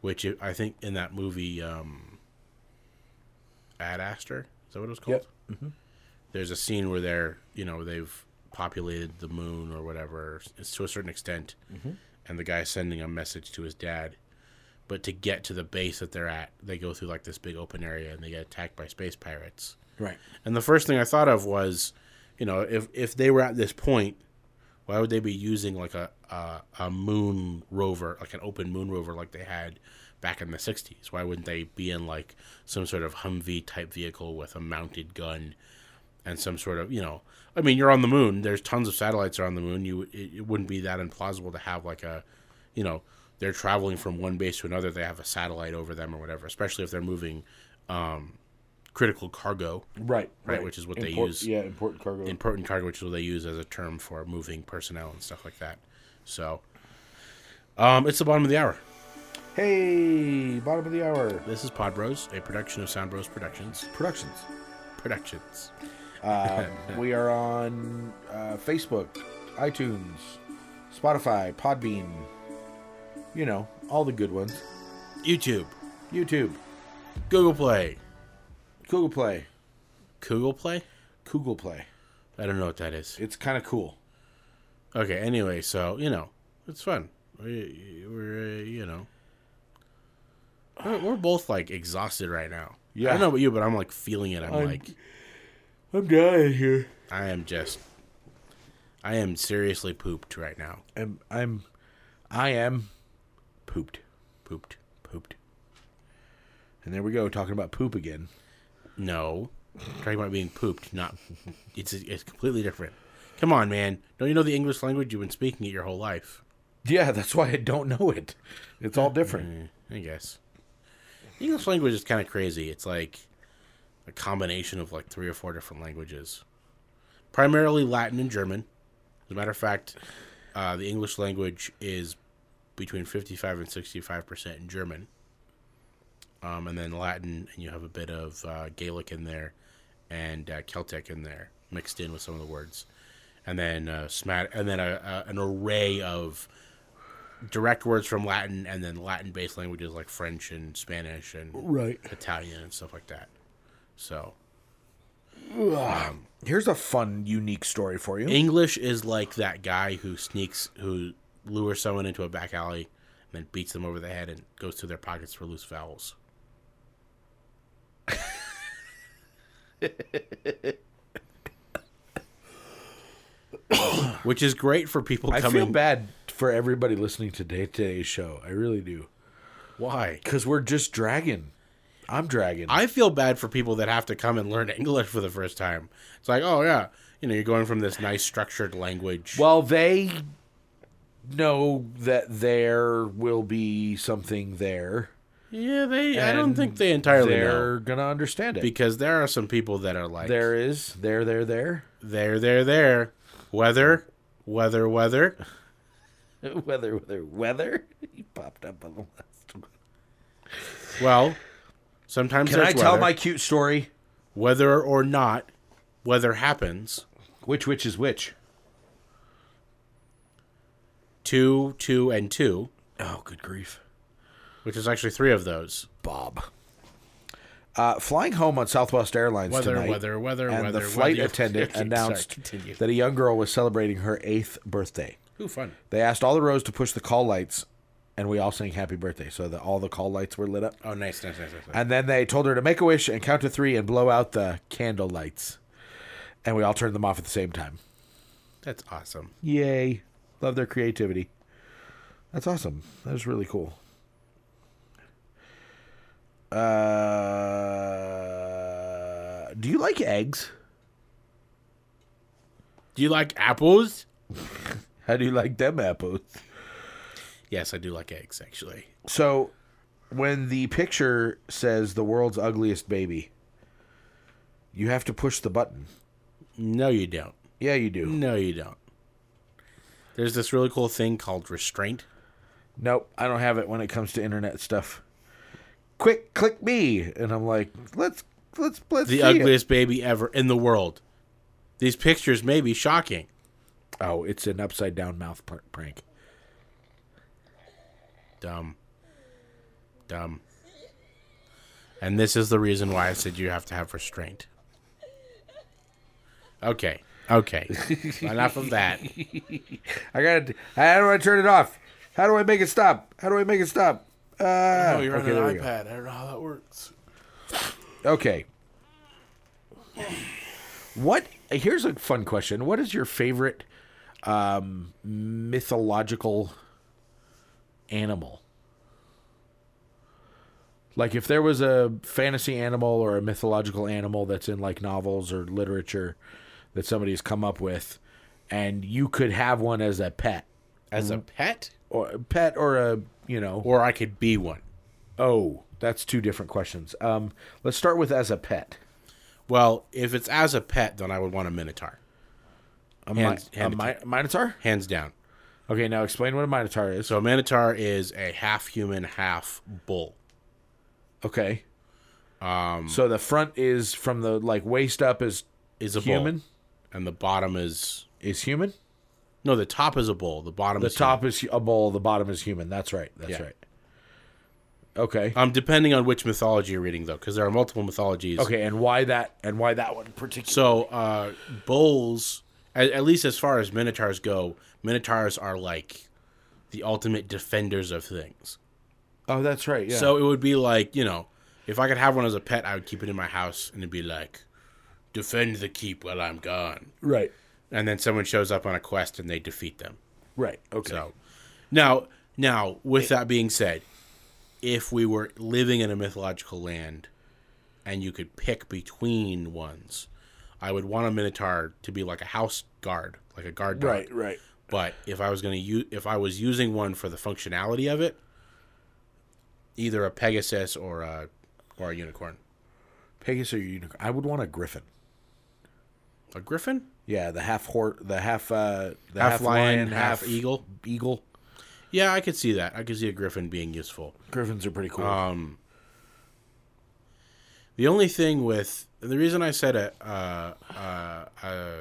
Speaker 2: which it, I think in that movie, um, Ad Astra, is that what it was called? There's a scene where they're, you know, they've populated the moon or whatever it's to a certain extent, and the guy's sending a message to his dad. But to get to the base that they're at, they go through like this big open area and they get attacked by space pirates.
Speaker 1: Right.
Speaker 2: And the first thing I thought of was, you know, if if they were at this point, why would they be using like a a, a moon rover, like an open moon rover, like they had back in the '60s? Why wouldn't they be in like some sort of Humvee type vehicle with a mounted gun and some sort of, you know, I mean, you're on the moon. There's tons of satellites around the moon. You it, it wouldn't be that implausible to have like a, you know, they're traveling from one base to another. They have a satellite over them or whatever, especially if they're moving. Um, critical cargo
Speaker 1: Right.
Speaker 2: Right, which is what they
Speaker 1: Import-
Speaker 2: use.
Speaker 1: Yeah, important cargo.
Speaker 2: important cargo, which is what they use as a term for moving personnel and stuff like that. So, um, it's the bottom of the hour.
Speaker 1: hey, bottom of the hour.
Speaker 2: This is Pod Bros, a production of Sound Bros Productions.
Speaker 1: Productions.
Speaker 2: Productions.
Speaker 1: Um, we are on uh, Facebook, iTunes, Spotify, Podbean. You know, all the good ones.
Speaker 2: YouTube,
Speaker 1: YouTube,
Speaker 2: Google Play,
Speaker 1: Google Play,
Speaker 2: Google Play.
Speaker 1: Google Play.
Speaker 2: I don't know what that is.
Speaker 1: It's kind of cool.
Speaker 2: Okay. Anyway, so you know, it's fun. We, we're uh, you know, we're, we're both like exhausted right now. I
Speaker 1: Yeah.
Speaker 2: don't know about you, but I'm like feeling it. I'm,
Speaker 1: I'm-
Speaker 2: like,
Speaker 1: I'm dying here.
Speaker 2: I am just, I am seriously pooped right now.
Speaker 1: I'm, I'm, I am pooped.
Speaker 2: Pooped. Pooped.
Speaker 1: And there we go, talking about poop again.
Speaker 2: No, talking about being pooped. Not. It's it's completely different. Come on, man. Don't you know the English language? You've been speaking it your whole life.
Speaker 1: Yeah, that's why I don't know it. It's all different.
Speaker 2: Eh, I guess. The English language is kind of crazy. It's like a combination of like three or four different languages, primarily Latin and German. As a matter of fact, uh, the English language is between fifty-five and sixty-five percent in German, um, and then Latin, and you have a bit of uh, Gaelic in there, and uh, Celtic in there, mixed in with some of the words, and then uh, smat, and then a, a, an array of direct words from Latin and then Latin based languages like French and Spanish and
Speaker 1: Right.
Speaker 2: Italian and stuff like that. So
Speaker 1: Here's a fun, unique story for you.
Speaker 2: English is like that guy who sneaks, who lures someone into a back alley and then beats them over the head and goes through their pockets for loose vowels. Which is great for people
Speaker 1: I
Speaker 2: coming.
Speaker 1: feel bad for everybody listening to day- today's show. I really do.
Speaker 2: Why?
Speaker 1: Because we're just dragging. I'm dragging.
Speaker 2: I feel bad for people that have to come and learn English for the first time. It's like, oh yeah, you know, you're going from this nice structured language.
Speaker 1: well, they know that there will be something there.
Speaker 2: yeah, they. I don't
Speaker 1: and
Speaker 2: think they entirely know
Speaker 1: They're gonna understand it.
Speaker 2: because there are some people that are like,
Speaker 1: there is there there there
Speaker 2: there, there, there, weather, weather, weather.
Speaker 1: weather weather weather. You popped up on the last one.
Speaker 2: Well, sometimes
Speaker 1: Can I
Speaker 2: there's
Speaker 1: tell
Speaker 2: weather.
Speaker 1: my cute story?
Speaker 2: whether or not weather happens.
Speaker 1: Which which is which?
Speaker 2: Two, two, and two,
Speaker 1: Oh, good grief,
Speaker 2: which is actually three of those.
Speaker 1: Bob. Uh, flying home on Southwest Airlines
Speaker 2: Weather,
Speaker 1: tonight.
Speaker 2: weather, weather,
Speaker 1: and
Speaker 2: weather.
Speaker 1: the flight
Speaker 2: weather.
Speaker 1: attendant
Speaker 2: Okay, sorry,
Speaker 1: announced
Speaker 2: continue.
Speaker 1: that a young girl was celebrating her eighth birthday.
Speaker 2: Ooh, fun.
Speaker 1: They asked all the rows to push the call lights, and we all sang happy birthday, so that all the call lights were lit up.
Speaker 2: Oh, nice, nice, nice, nice. nice.
Speaker 1: And then they told her to make a wish and count to three and blow out the candle lights. And we all turned them off at the same time.
Speaker 2: That's awesome.
Speaker 1: Yay. Love their creativity. That's awesome. That was really cool. Uh, do you like eggs?
Speaker 2: Do you like apples?
Speaker 1: How do you like them apples?
Speaker 2: Yes, I do like eggs, actually.
Speaker 1: So, when the picture says the world's ugliest baby, you have to push the button.
Speaker 2: No, you don't.
Speaker 1: Yeah, you do.
Speaker 2: No, you don't. There's this really cool thing called restraint.
Speaker 1: Nope, I don't have it when it comes to internet stuff. Quick, click me, and I'm like, let's let's let's
Speaker 2: The
Speaker 1: see it.
Speaker 2: ugliest baby ever in the world. These pictures may be shocking.
Speaker 1: Oh, it's an upside down mouth pr- prank.
Speaker 2: Dumb. dumb. And this is the reason why I said you have to have restraint. Okay. Okay. Enough of that.
Speaker 1: I got. How do I turn it off? How do I make it stop? How do I make it stop? Uh,
Speaker 2: Oh, you're
Speaker 1: okay,
Speaker 2: on
Speaker 1: there
Speaker 2: an
Speaker 1: we go.
Speaker 2: iPad. I don't know how that works.
Speaker 1: Okay. What? Here's a fun question. What is your favorite um, mythological animal? Like, if there was a fantasy animal or a mythological animal that's in like novels or literature that somebody's come up with, and you could have one as a pet,
Speaker 2: As
Speaker 1: Mm-hmm.
Speaker 2: a pet?
Speaker 1: or a pet, or a you know,
Speaker 2: Or I could be one.
Speaker 1: oh, that's two different questions. Um, let's start with as a pet.
Speaker 2: Well, if it's as a pet, then I would want a minotaur.
Speaker 1: A,
Speaker 2: Hands-
Speaker 1: mi- a mi- minotaur?
Speaker 2: Hands down.
Speaker 1: Okay, now explain what a minotaur is.
Speaker 2: So a minotaur is a half human, half bull.
Speaker 1: Okay.
Speaker 2: Um,
Speaker 1: So the front is from the like waist up is
Speaker 2: is a
Speaker 1: human.
Speaker 2: bull. And the bottom is.
Speaker 1: Is human.
Speaker 2: No, the top is a bull. The bottom
Speaker 1: The
Speaker 2: is human.
Speaker 1: top is a bull. The bottom is human. That's right. That's
Speaker 2: Yeah.
Speaker 1: right. Okay.
Speaker 2: Um, depending on which mythology you're reading, though, because there are multiple mythologies.
Speaker 1: Okay, and why that? And why that one particular?
Speaker 2: So, uh, bulls, at, at least as far as minotaurs go, minotaurs are like the ultimate defenders of things.
Speaker 1: Oh, that's right. Yeah.
Speaker 2: So it would be like, you know, if I could have one as a pet, I would keep it in my house and it'd be like, defend the keep while I'm gone.
Speaker 1: right.
Speaker 2: And then someone shows up on a quest and they defeat them.
Speaker 1: Right. Okay.
Speaker 2: So now, now with that being said, if we were living in a mythological land and you could pick between ones, I would want a minotaur to be like a house guard, like a guard dog.
Speaker 1: right. Right.
Speaker 2: But if I was going to use if I was using one for the functionality of it, either a pegasus or a or a unicorn.
Speaker 1: Pegasus or unicorn? I would want a griffin.
Speaker 2: A griffin?
Speaker 1: Yeah, the half horse, the half, uh, the
Speaker 2: Half, lion, half, eagle.
Speaker 1: Eagle.
Speaker 2: Yeah, I could see that. I could see a griffin being useful.
Speaker 1: Griffins are pretty cool.
Speaker 2: Um, the only thing with the reason I said a uh, uh, uh,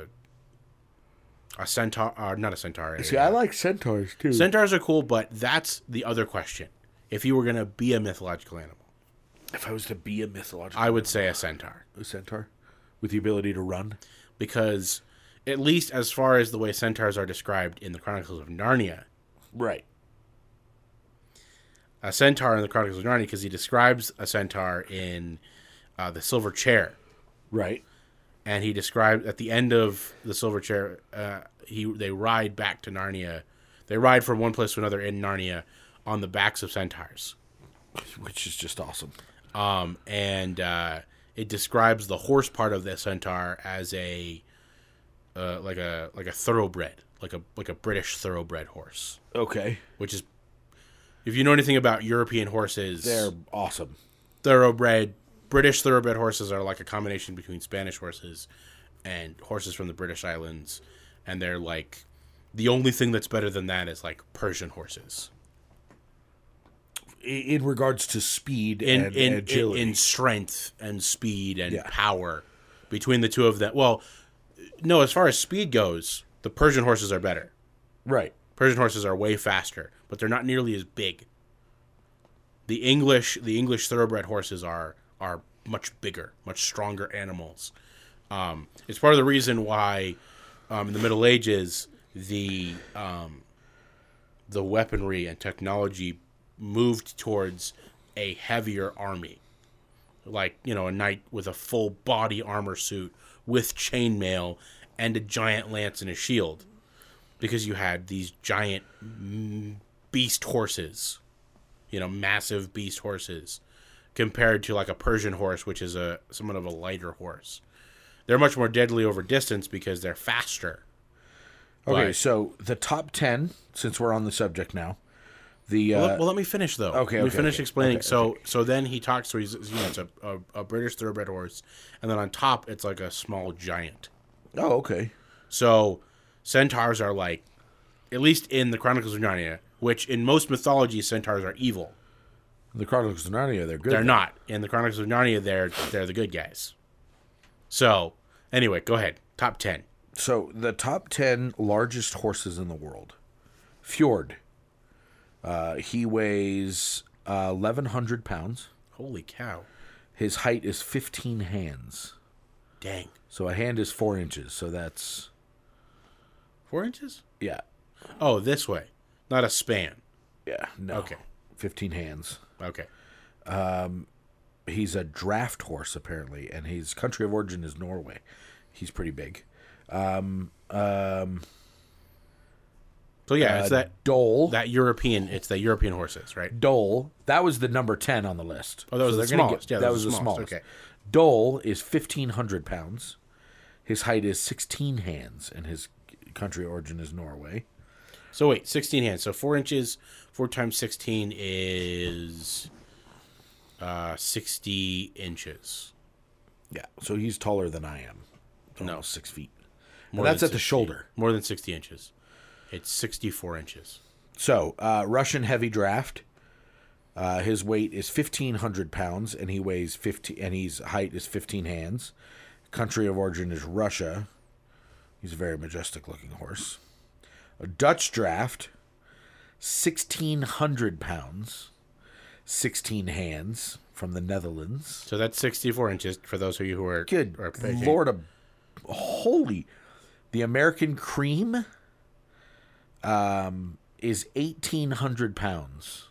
Speaker 2: a centaur, uh, not a centaur.
Speaker 1: See, I like centaurs too.
Speaker 2: Centaurs are cool, but that's the other question. If you were gonna be a mythological animal,
Speaker 1: if I was to be a mythological
Speaker 2: I would say a centaur
Speaker 1: centaur, with the ability to run.
Speaker 2: because, at least as far as the way centaurs are described in the Chronicles of Narnia,
Speaker 1: Right.
Speaker 2: a centaur in the Chronicles of Narnia because he describes a centaur in uh, the Silver Chair.
Speaker 1: Right.
Speaker 2: and he described at the end of the silver chair uh, he they ride back to narnia they ride from one place to another in narnia on the backs of centaurs
Speaker 1: Which is just awesome.
Speaker 2: um, and uh, it describes the horse part of the centaur as a uh, like a like a thoroughbred like a like a british thoroughbred horse
Speaker 1: Okay.
Speaker 2: which is if you know anything about european horses
Speaker 1: They're awesome.
Speaker 2: thoroughbred British thoroughbred horses are like a combination between Spanish horses and horses from the British Islands, and they're like the only thing that's better than that is like Persian horses
Speaker 1: I- In regards to speed
Speaker 2: in
Speaker 1: and
Speaker 2: in, in
Speaker 1: agility.
Speaker 2: in strength and speed and
Speaker 1: Yeah.
Speaker 2: power between the two of them. Well, no, as far as speed goes, the Persian horses are better.
Speaker 1: right.
Speaker 2: Persian horses are way faster, but they're not nearly as big. The English the English thoroughbred horses are are much bigger, much stronger animals. Um, it's part of the reason why um, in the Middle Ages the um, the weaponry and technology moved towards a heavier army, like you know a knight with a full body armor suit with chainmail and a giant lance and a shield because you had these giant mm, beast horses, you know, massive beast horses, compared to like a Persian horse, which is a somewhat of a lighter horse. They're much more deadly over distance because they're faster.
Speaker 1: Okay,
Speaker 2: Right.
Speaker 1: so the top 10, since we're on the subject now, the. Uh,
Speaker 2: Well, let- well, let me finish though.
Speaker 1: okay,
Speaker 2: let me
Speaker 1: okay,
Speaker 2: finish
Speaker 1: okay,
Speaker 2: explaining.
Speaker 1: okay,
Speaker 2: so, so then he talks. So he's you know, it's a, a, a British thoroughbred horse, and then on top it's like a small giant.
Speaker 1: oh, okay.
Speaker 2: So centaurs are like, at least in the Chronicles of Narnia, which in most mythology centaurs are evil.
Speaker 1: The Chronicles of Narnia, they're good.
Speaker 2: They're not. In the Chronicles of Narnia, they're they're the good guys. So anyway, go ahead. Top ten.
Speaker 1: So the top 10 largest horses in the world. Fjord. Uh, he weighs uh, 1,100 pounds.
Speaker 2: Holy cow.
Speaker 1: His height is 15 hands.
Speaker 2: Dang.
Speaker 1: So a hand is four inches. So that's,
Speaker 2: Four inches?
Speaker 1: yeah.
Speaker 2: Oh, this way. Not a span.
Speaker 1: Yeah. No.
Speaker 2: Okay.
Speaker 1: 15 hands.
Speaker 2: Okay.
Speaker 1: He's a draft horse, apparently, and his country of origin is Norway. He's pretty big.
Speaker 2: So yeah, it's
Speaker 1: Uh,
Speaker 2: that
Speaker 1: Dole.
Speaker 2: that European it's that European horses, right?
Speaker 1: Dole. That was the number 10 on the list.
Speaker 2: Oh, that was the
Speaker 1: they're gonna
Speaker 2: smallest. Yeah,
Speaker 1: that was the smallest.
Speaker 2: Okay.
Speaker 1: Dole is 1,500 pounds. His height is 16 hands, and his country of origin is Norway.
Speaker 2: So wait, sixteen hands. So four inches, four times sixteen is uh sixty inches.
Speaker 1: Yeah, so he's taller than I am.
Speaker 2: No.
Speaker 1: Almost six feet. And
Speaker 2: More
Speaker 1: that's
Speaker 2: than
Speaker 1: at the
Speaker 2: 60
Speaker 1: shoulder.
Speaker 2: More than sixty inches. It's sixty-four inches.
Speaker 1: So, uh, Russian heavy draft. Uh, his weight is 1,500 pounds, and he weighs 15, and his height is 15 hands. Country of origin is Russia. He's a very majestic looking horse. A Dutch draft, 1,600 pounds, 16 hands from the Netherlands.
Speaker 2: So that's sixty-four inches for those of you who are
Speaker 1: Good
Speaker 2: Are picking.
Speaker 1: Lord of holy. The American cream um, is 1,800 pounds,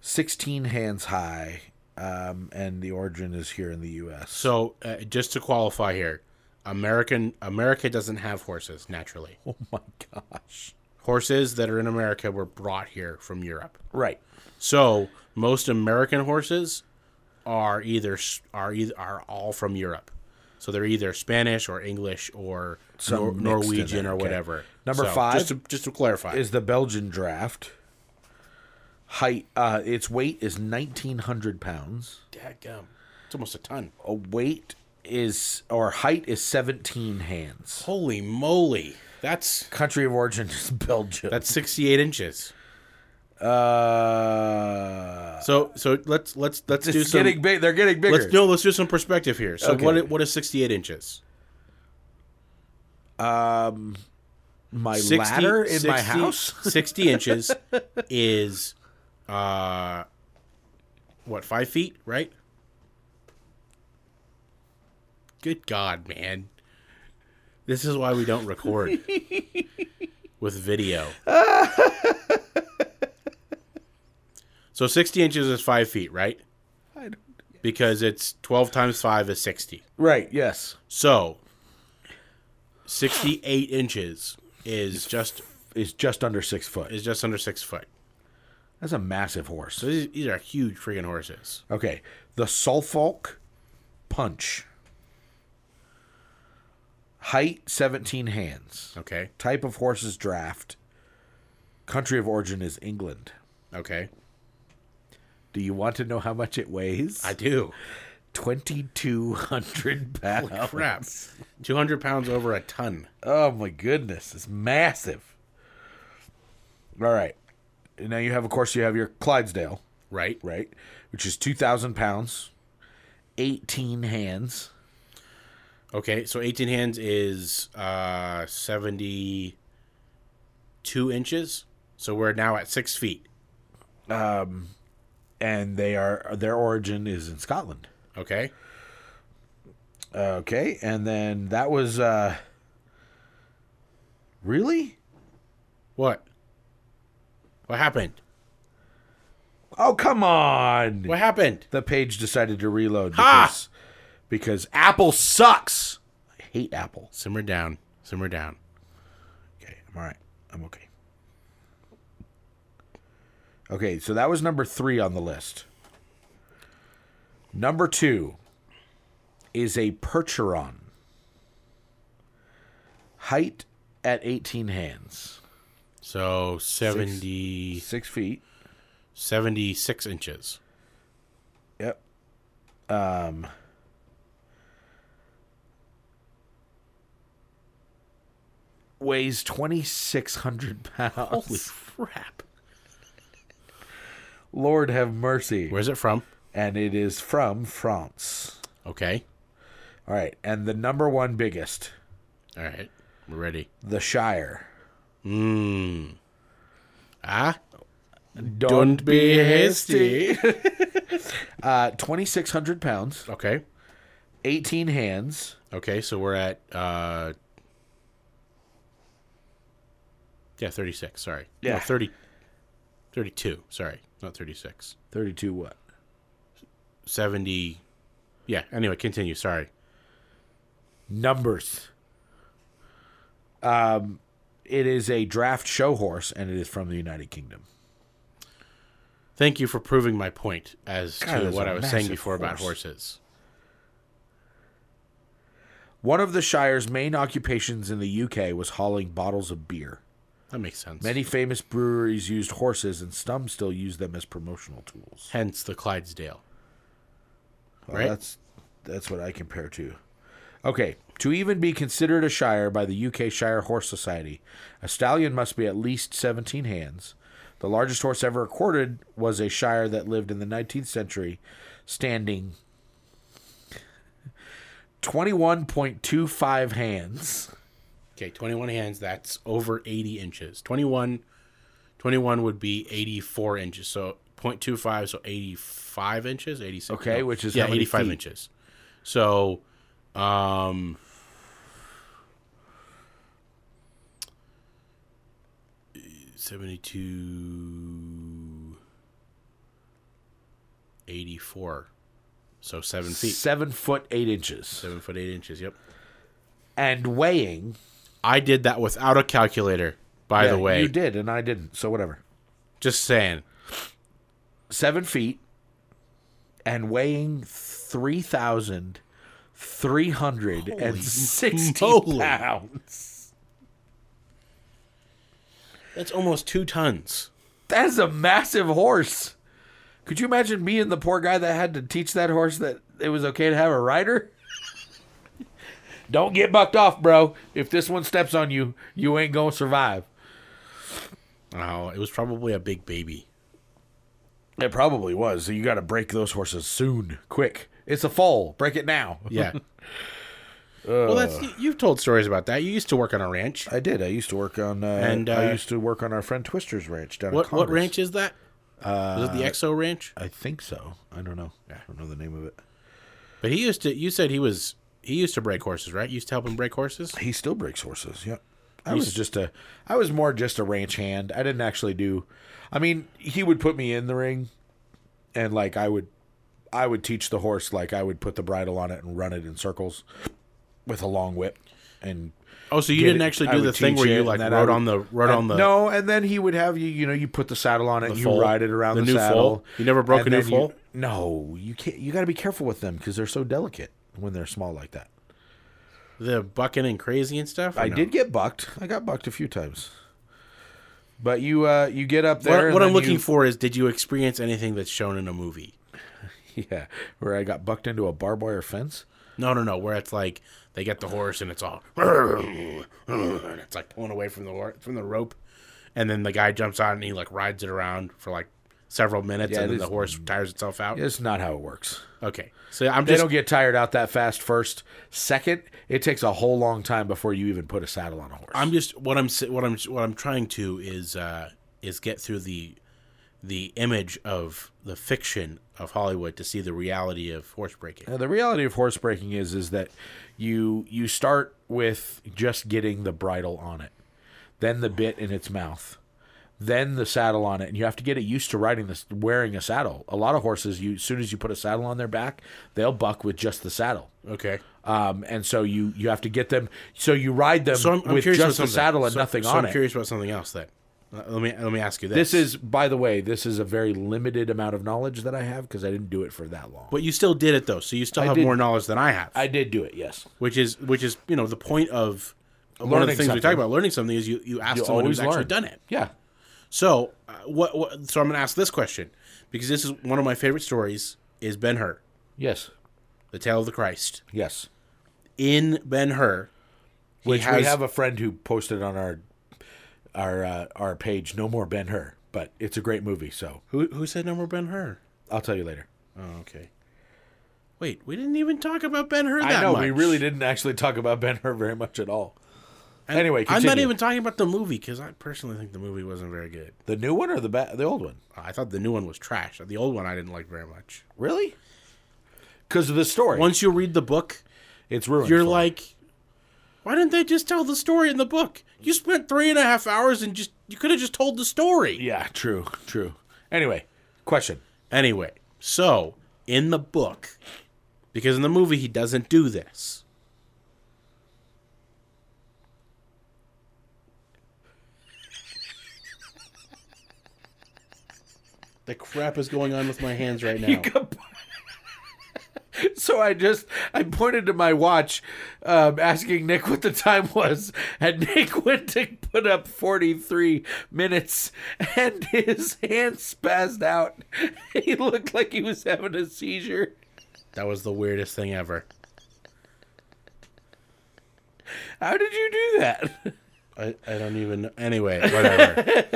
Speaker 1: 16 hands high, um, and the origin is here in the U.S.
Speaker 2: So uh, just to qualify here, American America doesn't have horses naturally.
Speaker 1: oh my gosh.
Speaker 2: Horses that are in America were brought here from Europe.
Speaker 1: Right.
Speaker 2: So most American horses are either are either are all from Europe. So they're either Spanish or English or
Speaker 1: Some mixed
Speaker 2: Nor-
Speaker 1: in there,
Speaker 2: Norwegian or
Speaker 1: okay.
Speaker 2: whatever.
Speaker 1: Number
Speaker 2: So,
Speaker 1: five
Speaker 2: just to, just to clarify,
Speaker 1: Is the Belgian draft. Height, uh, its weight is 1,900 pounds.
Speaker 2: Dadgum. it's almost a ton.
Speaker 1: A weight is, or height is 17 hands.
Speaker 2: Holy moly, that's
Speaker 1: Country of origin is Belgium.
Speaker 2: that's sixty eight inches.
Speaker 1: Uh,
Speaker 2: So so let's let's let's do
Speaker 1: it's
Speaker 2: some.
Speaker 1: getting big. They're getting bigger.
Speaker 2: Let's no. Let's do some perspective here. So
Speaker 1: Okay.
Speaker 2: what i- what is sixty eight inches?
Speaker 1: My
Speaker 2: 60
Speaker 1: ladder in my
Speaker 2: 60
Speaker 1: house.
Speaker 2: Sixty inches is, uh, what five feet? Right. Good God, man! This is why we don't record with video. so sixty inches is five feet, right? Because it's twelve times five is sixty.
Speaker 1: Right. Yes.
Speaker 2: So, 68 inches is just
Speaker 1: It's just under six foot.
Speaker 2: is just under six foot.
Speaker 1: That's a massive horse.
Speaker 2: So these, these are huge freaking horses.
Speaker 1: Okay. The Suffolk Punch. Height seventeen hands.
Speaker 2: Okay,
Speaker 1: Type of horses draft. Country of origin is England.
Speaker 2: okay,
Speaker 1: Do you want to know how much it weighs?
Speaker 2: I do.
Speaker 1: Twenty two hundred pounds.
Speaker 2: Crap, 200 pounds over a ton.
Speaker 1: Oh my goodness, it's massive. All right. And Now you have, of course, you have your Clydesdale,
Speaker 2: Right,
Speaker 1: right? Which is 2,000 pounds, 18 hands.
Speaker 2: Okay, so 18 hands is uh 72 inches. So we're now at six feet.
Speaker 1: And they are, their origin is in Scotland.
Speaker 2: Okay,
Speaker 1: Okay. And then that was, uh, really?
Speaker 2: what? What happened?
Speaker 1: Oh, come on.
Speaker 2: What happened?
Speaker 1: The page decided to reload
Speaker 2: Ha!
Speaker 1: because, because Apple sucks. I hate Apple.
Speaker 2: Simmer down. Simmer down.
Speaker 1: Okay, I'm all right. I'm okay. Okay, so that was number three on the list. Number two is a Percheron. Height at 18 hands,
Speaker 2: So 70
Speaker 1: six feet.
Speaker 2: 76 inches.
Speaker 1: Yep. Um, weighs 2,600 pounds.
Speaker 2: Holy crap.
Speaker 1: Lord have mercy.
Speaker 2: Where's it from?
Speaker 1: and it is from France.
Speaker 2: Okay.
Speaker 1: All right, and the number one biggest,
Speaker 2: All right. We're ready.
Speaker 1: the Shire.
Speaker 2: Mmm. Ah? Don't be hasty.
Speaker 1: Uh, 2,600 pounds,
Speaker 2: okay.
Speaker 1: 18 hands.
Speaker 2: Okay, so we're at uh Yeah, 36, sorry.
Speaker 1: Yeah.
Speaker 2: No, 30 32, sorry. Not 36.
Speaker 1: 32 what?
Speaker 2: 70 Yeah, anyway, continue, sorry.
Speaker 1: Numbers. Um, it is a draft show horse, and it is from the United Kingdom.
Speaker 2: Thank you for proving my point as
Speaker 1: God,
Speaker 2: to
Speaker 1: that's
Speaker 2: what
Speaker 1: a
Speaker 2: I was saying
Speaker 1: massive
Speaker 2: before about
Speaker 1: horse.
Speaker 2: horses.
Speaker 1: One of the Shire's main occupations in the UK was hauling bottles of beer.
Speaker 2: That makes sense.
Speaker 1: Many famous breweries used horses, and some still use them as promotional tools.
Speaker 2: Hence the Clydesdale.
Speaker 1: Well,
Speaker 2: Right.
Speaker 1: That's that's what I compare to. Okay, to even be considered a shire by the UK Shire Horse Society, a stallion must be at least 17 hands. The largest horse ever recorded was a shire that lived in the 19th century, standing 21.25 hands.
Speaker 2: Okay, 21 hands, that's over 80 inches. 21 21 would be 84 inches. So 0.25, so 85 inches, 86.
Speaker 1: Okay, which is
Speaker 2: yeah,
Speaker 1: how many
Speaker 2: 85
Speaker 1: feet?
Speaker 2: inches. So um Seventy-two, eighty-four, so seven feet,
Speaker 1: 7 foot 8 inches.
Speaker 2: seven foot eight inches. Yep,
Speaker 1: And weighing.
Speaker 2: I did that without a calculator. By the
Speaker 1: Yeah,
Speaker 2: way,
Speaker 1: You did, and I didn't, so whatever.
Speaker 2: Just saying.
Speaker 1: 7 feet and weighing 3,360
Speaker 2: moly.
Speaker 1: pounds.
Speaker 2: That's almost two tons.
Speaker 1: That is a massive horse. Could you imagine me and the poor guy that had to teach that horse that it was okay to have a rider? Don't get bucked off, bro. If this one steps on you, you ain't going to survive.
Speaker 2: Oh, it was probably a big baby.
Speaker 1: It probably was. You got to break those horses soon, quick. It's a foal. Break it now.
Speaker 2: Yeah. well, that's Uh, you, you've told stories about that. You used to work on a ranch.
Speaker 1: I did. I used to work on. Uh,
Speaker 2: And,
Speaker 1: I
Speaker 2: uh,
Speaker 1: used to work on our friend Twister's ranch down.
Speaker 2: What
Speaker 1: at
Speaker 2: what
Speaker 1: Congress.
Speaker 2: ranch is that? Uh, was it the Exo Ranch?
Speaker 1: I think so. I don't know. I don't know the name of it.
Speaker 2: But he used to. You said he was. He used to break horses, right? You used to help him break horses.
Speaker 1: He still breaks horses. Yep. I was just a. I was more just a ranch hand. I didn't actually do. I mean, he would put me in the ring, and like I would, I would teach the horse. Like I would put the bridle on it and run it in circles, with a long whip, and
Speaker 2: Oh, so you
Speaker 1: get
Speaker 2: didn't
Speaker 1: it-
Speaker 2: actually
Speaker 1: I
Speaker 2: do
Speaker 1: would
Speaker 2: the thing
Speaker 1: teach
Speaker 2: where
Speaker 1: it,
Speaker 2: you
Speaker 1: and
Speaker 2: like
Speaker 1: then
Speaker 2: rode
Speaker 1: I would-
Speaker 2: on the rode
Speaker 1: and-
Speaker 2: on the.
Speaker 1: no, and then he would have you. You know, you put the saddle on it, and you
Speaker 2: foal?
Speaker 1: ride it around
Speaker 2: The
Speaker 1: the,
Speaker 2: new
Speaker 1: saddle.
Speaker 2: foal? You never broke
Speaker 1: and
Speaker 2: a new
Speaker 1: then you-
Speaker 2: foal?
Speaker 1: no, you can't. You got to be careful with them because they're so delicate when they're small like that.
Speaker 2: the bucking and crazy and stuff. or
Speaker 1: I
Speaker 2: no?
Speaker 1: did get bucked. I got bucked a few times. But you, uh, you get up there.
Speaker 2: What,
Speaker 1: and
Speaker 2: what I'm
Speaker 1: then
Speaker 2: looking
Speaker 1: you-
Speaker 2: for is, did you experience anything that's shown in a movie?
Speaker 1: yeah, where I got bucked into a barbed wire fence.
Speaker 2: No, no, no. Where it's like they get the horse and it's all, and it's like pulling away from the hor- from the rope, and then the guy jumps on and he like rides it around for like several minutes,
Speaker 1: Yeah, it
Speaker 2: and then the
Speaker 1: is-
Speaker 2: horse tires itself out.
Speaker 1: It's not how it works.
Speaker 2: Okay, so I'm
Speaker 1: They
Speaker 2: just
Speaker 1: don't get tired out that fast. First, second, it takes a whole long time before you even put a saddle on a horse.
Speaker 2: I'm just what I'm s- what I'm what I'm trying to is uh is get through the the image of the fiction of Hollywood to see the reality of horse breaking.
Speaker 1: Now, the reality of horse breaking is is that you you start with just getting the bridle on it, then the bit in its mouth, then the saddle on it, and you have to get it used to riding this wearing a saddle. A lot of horses, you as soon as you put a saddle on their back, they'll buck with just the saddle.
Speaker 2: Okay,
Speaker 1: Um, and so you you have to get them. So you ride them
Speaker 2: so I'm, I'm
Speaker 1: with
Speaker 2: curious
Speaker 1: just
Speaker 2: about
Speaker 1: the
Speaker 2: something.
Speaker 1: saddle and
Speaker 2: So-
Speaker 1: nothing
Speaker 2: so
Speaker 1: on
Speaker 2: I'm
Speaker 1: it.
Speaker 2: curious about something else. Then Uh, let me let me ask you this.
Speaker 1: This is, by the way, this is a very limited amount of knowledge that I have because I didn't do it for that long.
Speaker 2: But you still did it though, so you still have
Speaker 1: did-
Speaker 2: more knowledge than I have,
Speaker 1: I did do it, yes.
Speaker 2: which is which is you know the point of one of the
Speaker 1: Learning
Speaker 2: things we talk
Speaker 1: something.
Speaker 2: about learning something is you you ask
Speaker 1: You
Speaker 2: someone who's
Speaker 1: always
Speaker 2: actually
Speaker 1: learn.
Speaker 2: done it.
Speaker 1: Yeah,
Speaker 2: So uh, what, what? So I'm going to ask this question because this is one of my favorite stories is Ben Hur,
Speaker 1: yes,
Speaker 2: the Tale of the Christ.
Speaker 1: yes.
Speaker 2: In Ben Hur,
Speaker 1: Which
Speaker 2: has-
Speaker 1: we have a friend who posted on our our uh, our page. No more Ben Hur, but it's a great movie. So
Speaker 2: who who said no more Ben Hur?
Speaker 1: I'll tell you later.
Speaker 2: Oh, okay. Wait, we didn't even talk about Ben Hur.
Speaker 1: I
Speaker 2: that
Speaker 1: know
Speaker 2: much.
Speaker 1: we really didn't actually talk about Ben Hur very much at all.
Speaker 2: And
Speaker 1: Anyway,
Speaker 2: I'm not
Speaker 1: continue.
Speaker 2: even talking about the movie because I personally think the movie wasn't very good.
Speaker 1: The new one or the ba- the old one?
Speaker 2: I thought the new one was trash. The old one I didn't like very much.
Speaker 1: Really? Because of the story,
Speaker 2: Once you read the book,
Speaker 1: it's ruined.
Speaker 2: you're
Speaker 1: for me.
Speaker 2: like, why didn't they just tell the story in the book? You spent three and a half hours and just you could have just told the story.
Speaker 1: yeah, true, true. Anyway, question.
Speaker 2: Anyway, so in the book, because in the movie he doesn't do this. The crap is going on with my hands right now.
Speaker 1: so I just I pointed to my watch, um, asking Nick what the time was, and Nick went to put up forty three minutes, and his hand spazzed out. He looked like he was having a seizure.
Speaker 2: That was the weirdest thing ever.
Speaker 1: How did you do that?
Speaker 2: I, I don't even know. Anyway, whatever.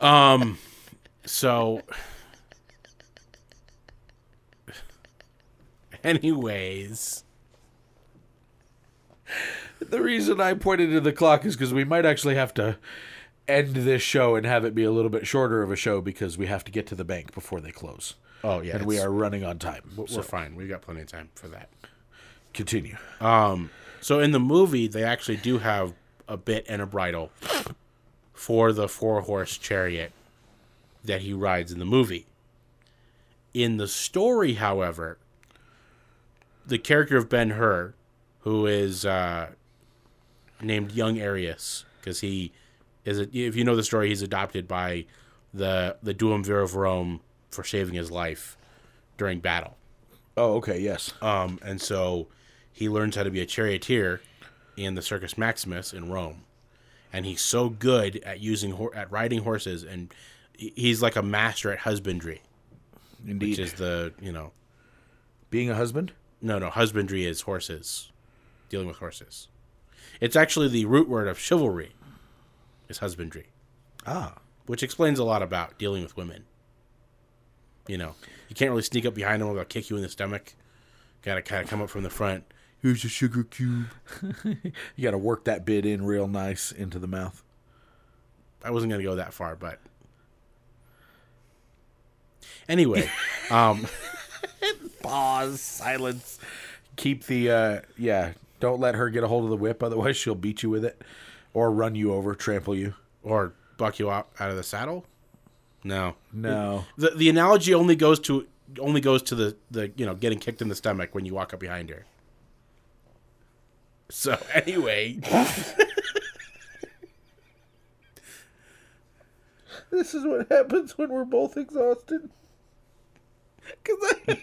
Speaker 2: um, so. Anyways,
Speaker 1: The reason I pointed to the clock is because we might actually have to end this show and have it be a little bit shorter of a show because we have to get to the bank before they close,
Speaker 2: oh yeah,
Speaker 1: and we
Speaker 2: it's-
Speaker 1: are running on time.
Speaker 2: we're
Speaker 1: So
Speaker 2: fine. We've got plenty of time for that.
Speaker 1: continue.
Speaker 2: Um, so in the movie, they actually do have a bit and a bridle for the four horse chariot that he rides in the movie. In the story, however, the character of Ben Hur, who is uh, named Young Arius, because he is, a, if you know the story, he's adopted by the the Duumvir of Rome for saving his life during battle.
Speaker 1: Oh, okay. Yes.
Speaker 2: Um, and so he learns how to be a charioteer in the Circus Maximus in Rome, and he's so good at using hor- at riding horses, and he- he's like a master at husbandry,
Speaker 1: Indeed.
Speaker 2: which is the you know
Speaker 1: Being a husband.
Speaker 2: no no husbandry is horses, dealing with horses. It's actually the root word of chivalry, is husbandry,
Speaker 1: Ah.
Speaker 2: which explains a lot about dealing with women. You know, you can't really sneak up behind them; or they'll kick you in the stomach. Got to kind of come up from the front. Here's your sugar cube.
Speaker 1: You got to work that bit in real nice into the mouth.
Speaker 2: I wasn't gonna go that far, but anyway, um,
Speaker 1: Pause. Silence. Keep the uh yeah. Don't let her get a hold of the whip, otherwise she'll beat you with it, or run you over, trample you.
Speaker 2: or buck you out out of the saddle. No,
Speaker 1: No.
Speaker 2: the the analogy only goes to only goes to the the you know getting kicked in the stomach when you walk up behind her. So anyway,
Speaker 1: This is what happens when we're both exhausted. Cause I...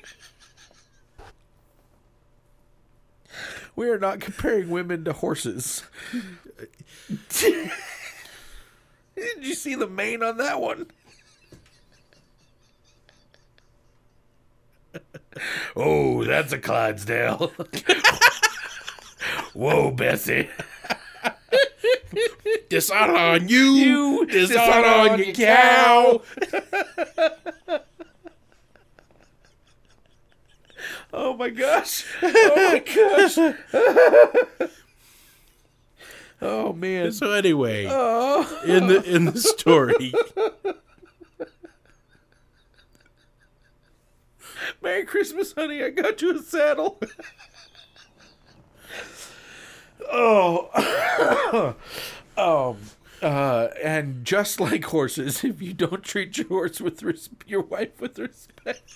Speaker 1: we are not comparing women to horses. Did you see the mane on that one? Oh, that's a Clydesdale. Whoa, Bessie.
Speaker 2: dishonor on you,
Speaker 1: You,
Speaker 2: dishonor, on your cow.
Speaker 1: Oh my gosh. Oh my gosh. oh man.
Speaker 2: So anyway,
Speaker 1: Oh.
Speaker 2: in the in the story.
Speaker 1: Merry Christmas, honey. I got you a saddle. oh. um. Uh, and just like horses, if you don't treat your horse with res- your wife with respect,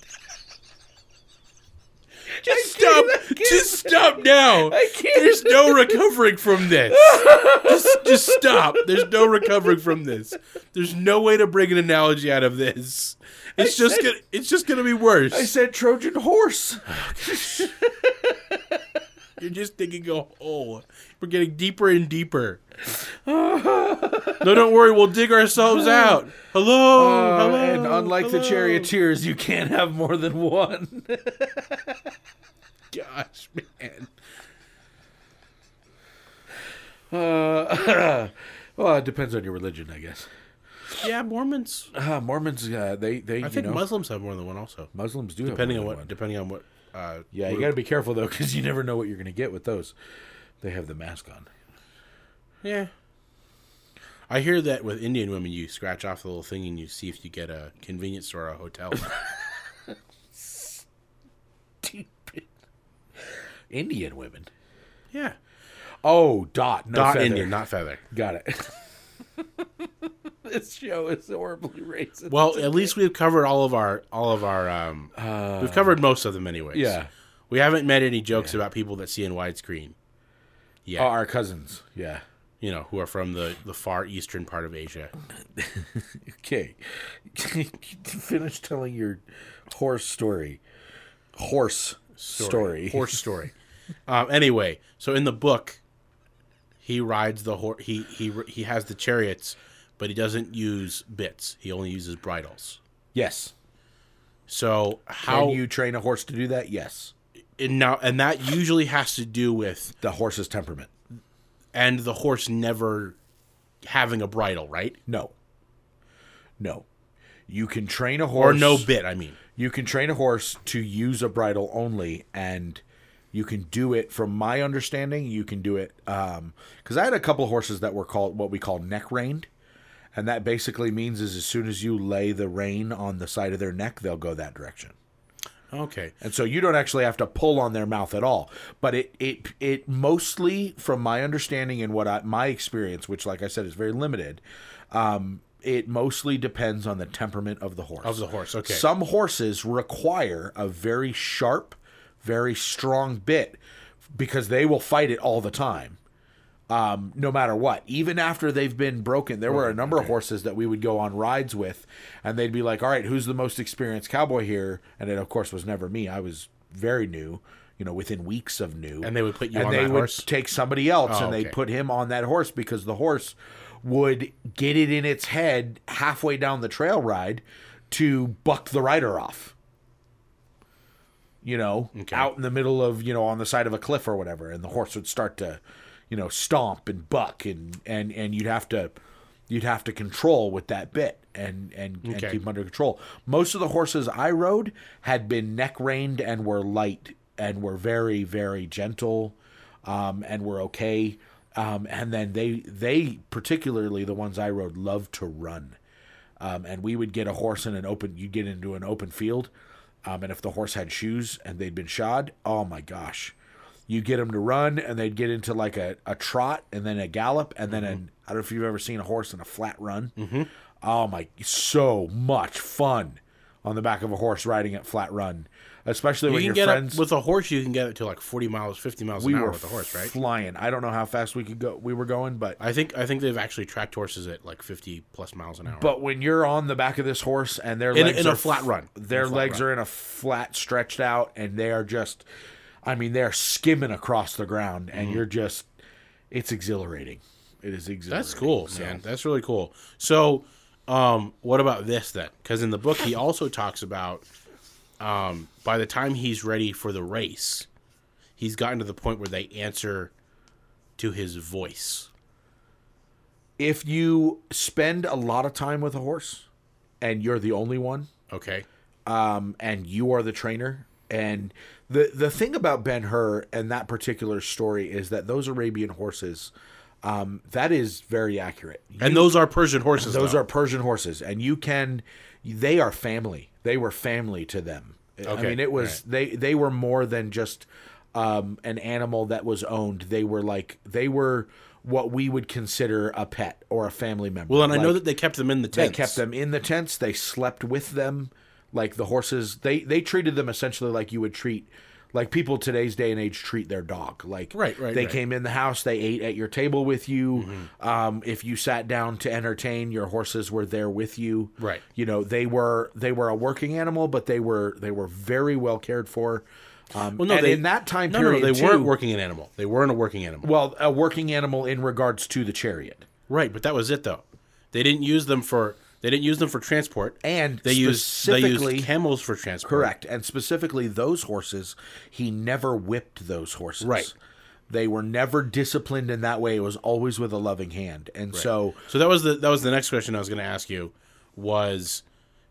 Speaker 2: Just
Speaker 1: can't-
Speaker 2: stop.
Speaker 1: I can't-
Speaker 2: Just stop now.
Speaker 1: I can't.
Speaker 2: There's no recovering from this. just, just stop. There's no recovering from this. There's no way to bring an analogy out of this. It's just
Speaker 1: said-
Speaker 2: gonna. It's just gonna be worse.
Speaker 1: I said Trojan horse.
Speaker 2: You're just digging a hole. We're getting deeper and deeper. no, don't worry. We'll dig ourselves out. Hello.
Speaker 1: Uh,
Speaker 2: hello
Speaker 1: and unlike the
Speaker 2: hello.
Speaker 1: charioteers, you can't have more than one.
Speaker 2: gosh, man.
Speaker 1: Uh, well, it depends on your religion, I guess.
Speaker 2: Yeah, Mormons.
Speaker 1: Uh, Mormons, uh, they they
Speaker 2: I
Speaker 1: you
Speaker 2: think
Speaker 1: know,
Speaker 2: Muslims have more than one, also.
Speaker 1: Muslims do
Speaker 2: Depending
Speaker 1: have
Speaker 2: on
Speaker 1: more
Speaker 2: what.
Speaker 1: than one.
Speaker 2: Depending on what. Uh,
Speaker 1: Yeah, you
Speaker 2: group.
Speaker 1: got to be careful though, because you never know what you're going to get with those. They have the mask on.
Speaker 2: Yeah. I hear that with Indian women, you scratch off the little thing and you see if you get a convenience store or a hotel.
Speaker 1: Stupid. Indian women.
Speaker 2: yeah.
Speaker 1: Oh, dot. No
Speaker 2: Dot
Speaker 1: feather.
Speaker 2: Indian, not feather.
Speaker 1: Got it. this show is horribly racist.
Speaker 2: Well, at least we've covered all of our all of our um we've covered most of them anyways.
Speaker 1: Uh, yeah.
Speaker 2: We haven't made any jokes about people that see in widescreen.
Speaker 1: Oh, our cousins. Yeah.
Speaker 2: You know, who are from the, the far eastern part of Asia.
Speaker 1: Okay. Finish telling your horse story. Horse story.
Speaker 2: horse story. um, anyway, so in the book, he rides the horse. He he he has the chariots, but he doesn't use bits. He only uses bridles.
Speaker 1: Yes.
Speaker 2: So how
Speaker 1: Can you train a horse to do that? Yes.
Speaker 2: and now and that usually has to do with
Speaker 1: The horse's temperament.
Speaker 2: and the horse never having a bridle, right?
Speaker 1: No. No. You can train a
Speaker 2: Or
Speaker 1: horse
Speaker 2: no bit. I mean,
Speaker 1: You can train a horse to use a bridle only, and you can do it. From my understanding, you can do it because I had a couple of horses that were called what we call neck reined, and that basically means is as soon as you lay the rein on the side of their neck, they'll go that direction.
Speaker 2: okay.
Speaker 1: And so you don't actually have to pull on their mouth at all. But it it it mostly, from my understanding and what I, my experience, which like I said is very limited, um, it mostly depends on the temperament of the horse.
Speaker 2: Of the horse, okay.
Speaker 1: Some horses require a very sharp, very strong bit because they will fight it all the time. Um, no matter what, even after they've been broken, there were a number of horses that we would go on rides with, and they'd be like, "All right, who's the most experienced cowboy here?" And it, of course, was never me. I was very new, you know, within weeks of new.
Speaker 2: And they would put you
Speaker 1: and
Speaker 2: on
Speaker 1: they
Speaker 2: that
Speaker 1: would
Speaker 2: horse?
Speaker 1: take somebody else,
Speaker 2: Oh,
Speaker 1: and they'd
Speaker 2: okay.
Speaker 1: put him on that horse because the horse would get it in its head halfway down the trail ride to buck the rider off you know, out in the middle of, you know, on the side of a cliff or whatever, and the horse would start to, you know, stomp and buck and and and you'd have to you'd have to control with that bit and and, and
Speaker 2: Okay.
Speaker 1: keep them under control. Most of the horses I rode had been neck reined and were light and were very very gentle um and were okay. Um, and then they they particularly the ones I rode loved to run um, and we would get a horse in an open you get into an open field um, and if the horse had shoes and they'd been shod oh my gosh you get them to run and they'd get into like a, a trot and then a gallop and then
Speaker 2: Mm-hmm.
Speaker 1: an i don't know if you've ever seen a horse in a flat run oh my so much fun on the back of a horse riding at flat run especially
Speaker 2: You
Speaker 1: when
Speaker 2: can
Speaker 1: your
Speaker 2: get
Speaker 1: friends
Speaker 2: up with a horse. You can get it to like forty miles, fifty miles
Speaker 1: we
Speaker 2: an hour
Speaker 1: were
Speaker 2: with a horse, right?
Speaker 1: flying i don't know how fast we could go we were going but
Speaker 2: I think I think they've actually tracked horses at like fifty plus miles an hour.
Speaker 1: But when you're on the back of this horse and their
Speaker 2: In-
Speaker 1: legs
Speaker 2: in
Speaker 1: are
Speaker 2: a flat run.
Speaker 1: their
Speaker 2: In a flat
Speaker 1: legs are in a flat, stretched out, and they are just, I mean, they're skimming across the ground, and you're just, it's exhilarating. It is exhilarating.
Speaker 2: Mm-hmm. That's cool, man. That's really cool. So, um, what about this then? Because in the book, he also talks about um, by the time he's ready for the race, he's gotten to the point where they answer to his voice.
Speaker 1: If you spend a lot of time with a horse, and you're the only one,
Speaker 2: Okay.
Speaker 1: um, and you are the trainer. And the the thing about Ben Hur and that particular story is that those Arabian horses, um, that is very accurate.
Speaker 2: And those are Persian horses.
Speaker 1: Those are Persian horses, and you can. They are family. They were family to them. I
Speaker 2: Okay,
Speaker 1: mean, it was they. They were more than just um, an animal that was owned. They were like they were what we would consider a pet or a family member.
Speaker 2: Well, and I know
Speaker 1: Like,
Speaker 2: that they kept them in the
Speaker 1: they
Speaker 2: tents.
Speaker 1: kept them in the tents. They slept with them, like the horses. They they treated them essentially like you would treat. Like people today's day and age treat their dog. Like
Speaker 2: Right, right,
Speaker 1: they
Speaker 2: right. Mm-hmm.
Speaker 1: came in the house, they ate at your table with you. Um, if you sat down to entertain, your horses were there with you.
Speaker 2: Right.
Speaker 1: You know, they were they were a working animal, but they were they were very well cared for. Um,
Speaker 2: Well, no,
Speaker 1: and
Speaker 2: they,
Speaker 1: in that time
Speaker 2: no, no, no,
Speaker 1: period,
Speaker 2: they weren't
Speaker 1: too-
Speaker 2: working an animal. They weren't a working animal.
Speaker 1: Well, a working animal in regards to the chariot.
Speaker 2: right, but that was it though. They didn't use them for. They didn't use them for transport.
Speaker 1: And
Speaker 2: they used they
Speaker 1: specifically-
Speaker 2: used camels for transport.
Speaker 1: Correct. And specifically those horses, he never whipped those horses.
Speaker 2: Right.
Speaker 1: They were never disciplined in that way. It was always with a loving hand. And so
Speaker 2: So that was the that was the next question I was going to ask you was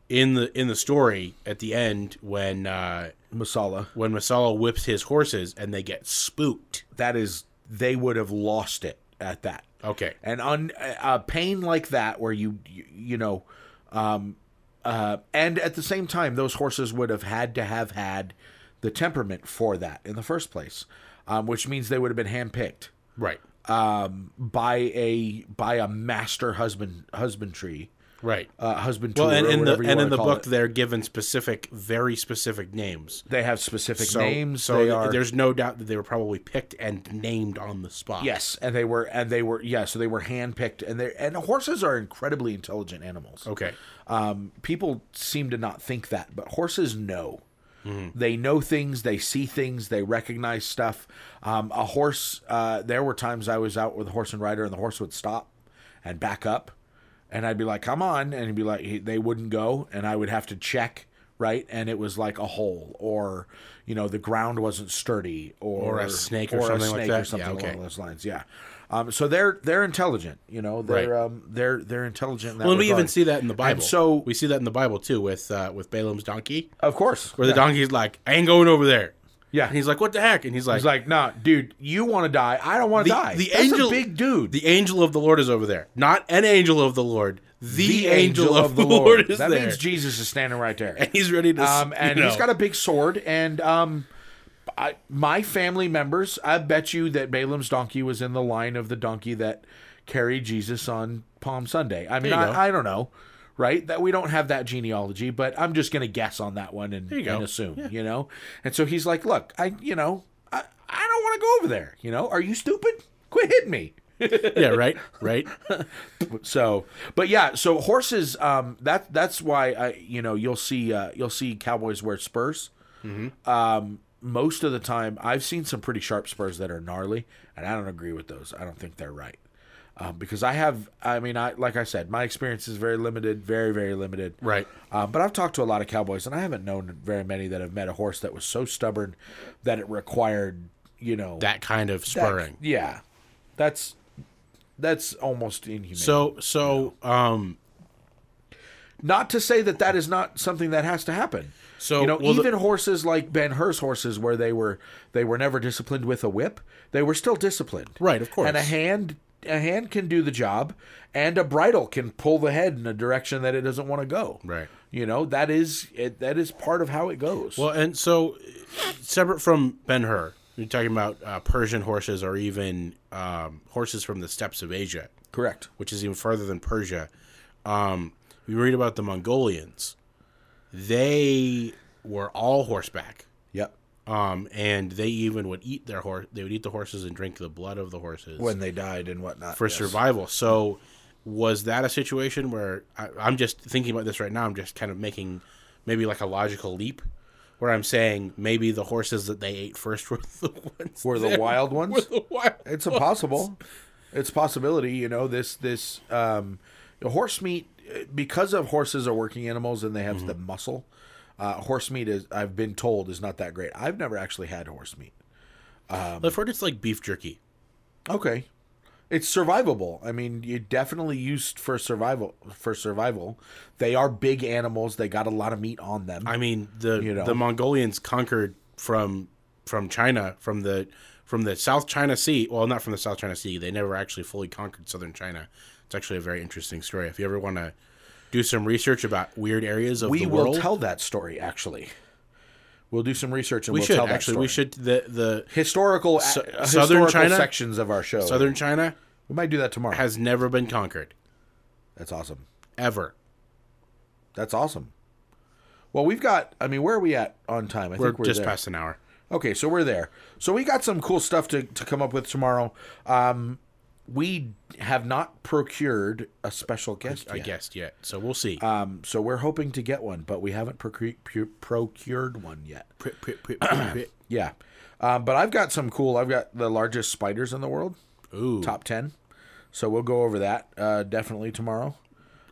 Speaker 2: in the in the story at the end when uh,
Speaker 1: Masala,
Speaker 2: when Masala whips his horses and they get spooked.
Speaker 1: that is they would have lost it at that.
Speaker 2: Okay.
Speaker 1: and on a pain like that where you you, you know um uh and at the same time those horses would have had to have had the temperament for that in the first place um, which means they would have been handpicked
Speaker 2: Right.
Speaker 1: um, by a by a master husband husbandry
Speaker 2: Right.
Speaker 1: uh, husband
Speaker 2: well, and
Speaker 1: or
Speaker 2: in the
Speaker 1: whatever you
Speaker 2: and in
Speaker 1: wanna
Speaker 2: the
Speaker 1: call
Speaker 2: book,
Speaker 1: it.
Speaker 2: they're given specific, very specific names.
Speaker 1: they have specific
Speaker 2: So,
Speaker 1: names
Speaker 2: so
Speaker 1: they
Speaker 2: th-
Speaker 1: are
Speaker 2: there's no doubt that they were probably picked and named on the spot.
Speaker 1: yes and they were and they were yeah so they were handpicked and they and horses are incredibly intelligent animals
Speaker 2: Okay.
Speaker 1: um, people seem to not think that, but horses know.
Speaker 2: Mm-hmm.
Speaker 1: They know things, they see things, they recognize stuff. Um, a horse, uh, there were times I was out with a horse and rider, and the horse would stop and back up. And I'd be like, come on. And he'd be like, he, they wouldn't go. And I would have to check, right? And it was like a hole, or, you know, the ground wasn't sturdy, or,
Speaker 2: Or a snake or something like that.
Speaker 1: Or
Speaker 2: Yeah,
Speaker 1: something
Speaker 2: okay.
Speaker 1: along those lines. Yeah. Um, so they're they're intelligent, you know. They're
Speaker 2: Right.
Speaker 1: um, they're they're intelligent. In that
Speaker 2: Well, and we even
Speaker 1: regard.
Speaker 2: see that in the Bible.
Speaker 1: so-
Speaker 2: we see that in the Bible too with uh, with Balaam's donkey,
Speaker 1: Of course.
Speaker 2: where the donkey's like, "I ain't going over there,"
Speaker 1: Yeah.
Speaker 2: and he's like, "What the heck?" And he's like,
Speaker 1: He's like, nah, dude, you want to die. I don't want to
Speaker 2: The-
Speaker 1: die.
Speaker 2: the
Speaker 1: That's
Speaker 2: angel-
Speaker 1: a big dude.
Speaker 2: "The angel of the Lord is over there, not an angel of the Lord. The, angel, of the Lord, is
Speaker 1: that
Speaker 2: there."
Speaker 1: means Jesus is standing right there.
Speaker 2: and he's ready to. s-
Speaker 1: Um, and
Speaker 2: you
Speaker 1: he's
Speaker 2: know.
Speaker 1: got a big sword. And um, I, my family members, I bet you that Balaam's donkey was in the line of the donkey that carried Jesus on Palm Sunday. I mean,
Speaker 2: you go.
Speaker 1: I, I don't know, right? That we don't have that genealogy, but I'm just gonna guess on that one and,
Speaker 2: you go.
Speaker 1: and assume, you know. And so he's like, "Look, I, you know, I, I don't want to go over there. You know, are you stupid? Quit hitting me."
Speaker 2: yeah, right, right.
Speaker 1: So, but yeah, so horses. Um, that that's why I, you know, you'll see, uh, you'll see cowboys wear spurs.
Speaker 2: Mm-hmm.
Speaker 1: Um, most of the time, I've seen some pretty sharp spurs that are gnarly, and I don't agree with those. I don't think they're right. Um, because I have, I mean, I like I said, my experience is very limited, very very limited.
Speaker 2: Right.
Speaker 1: Uh, but I've talked to a lot of cowboys, and I haven't known very many that have met a horse that was so stubborn that it required, you know,
Speaker 2: That kind of spurring.
Speaker 1: yeah, that's that's almost inhumane.
Speaker 2: So, so, um,
Speaker 1: Not to say that that is not something that has to happen.
Speaker 2: So,
Speaker 1: you know,
Speaker 2: well, the-
Speaker 1: even horses like Ben Hur's horses, where they were they were never disciplined with a whip, they were still disciplined.
Speaker 2: Right, of course.
Speaker 1: And a hand a hand can do the job, and a bridle can pull the head in a direction that it doesn't want to go.
Speaker 2: Right.
Speaker 1: You know that is it, that is part of how it goes.
Speaker 2: Well, and so separate from Ben Hur, you're talking about uh, Persian horses or even um, horses from the steppes of Asia,
Speaker 1: correct.
Speaker 2: which is even farther than Persia. Um, we read about the Mongolians; they were all horseback,
Speaker 1: Yep.
Speaker 2: um, and they even would eat their horse. They would eat the horses and drink the blood of the horses
Speaker 1: When they died and whatnot.
Speaker 2: for
Speaker 1: yes.
Speaker 2: survival. So, was that a situation where I, I'm just thinking about this right now? I'm just kind of making maybe like a logical leap where I'm saying maybe the horses that they ate first were the ones
Speaker 1: Were the
Speaker 2: that
Speaker 1: wild
Speaker 2: were
Speaker 1: ones?
Speaker 2: the wild.
Speaker 1: It's impossible. It's a possibility, you know. This this um, horse meat because of horses are working animals and they have
Speaker 2: Mm-hmm.
Speaker 1: the muscle. Uh, horse meat is I've been told is not that great. I've never actually had horse meat. Um,
Speaker 2: I've heard it's like beef jerky.
Speaker 1: Okay, it's survivable. I mean, you definitely used for survival. For survival, they are big animals. They got a lot of meat on them.
Speaker 2: I mean the
Speaker 1: know.
Speaker 2: the Mongolians conquered from from China from the from the South China Sea. Well, not from the South China Sea. They never actually fully conquered southern China. It's actually a very interesting story. If you ever want to do some research about weird areas of
Speaker 1: we
Speaker 2: the
Speaker 1: will
Speaker 2: world,
Speaker 1: tell that story. Actually, we'll do some research and
Speaker 2: we
Speaker 1: will
Speaker 2: should
Speaker 1: tell that
Speaker 2: actually
Speaker 1: story.
Speaker 2: we should the the
Speaker 1: historical uh,
Speaker 2: Southern
Speaker 1: historical
Speaker 2: China?
Speaker 1: sections of our show.
Speaker 2: southern China
Speaker 1: we might do that tomorrow.
Speaker 2: has never been conquered
Speaker 1: That's awesome.
Speaker 2: ever.
Speaker 1: That's awesome. Well, we've got. I mean, where are we at on time? I
Speaker 2: We're,
Speaker 1: think we're
Speaker 2: just
Speaker 1: there.
Speaker 2: past an hour.
Speaker 1: Okay, so we're there. So we got some cool stuff to, to come up with tomorrow. Um, we have not procured a special guest
Speaker 2: I
Speaker 1: yet.
Speaker 2: guessed yet, so we'll see.
Speaker 1: Um, so we're hoping to get one, but we haven't procre- pu- procured one yet.
Speaker 2: Pri- pri- pri- pri-
Speaker 1: Yeah, um, but I've got some cool. I've got the largest spiders in the world,
Speaker 2: pri- Ooh,
Speaker 1: top ten. So we'll go over that uh, definitely tomorrow.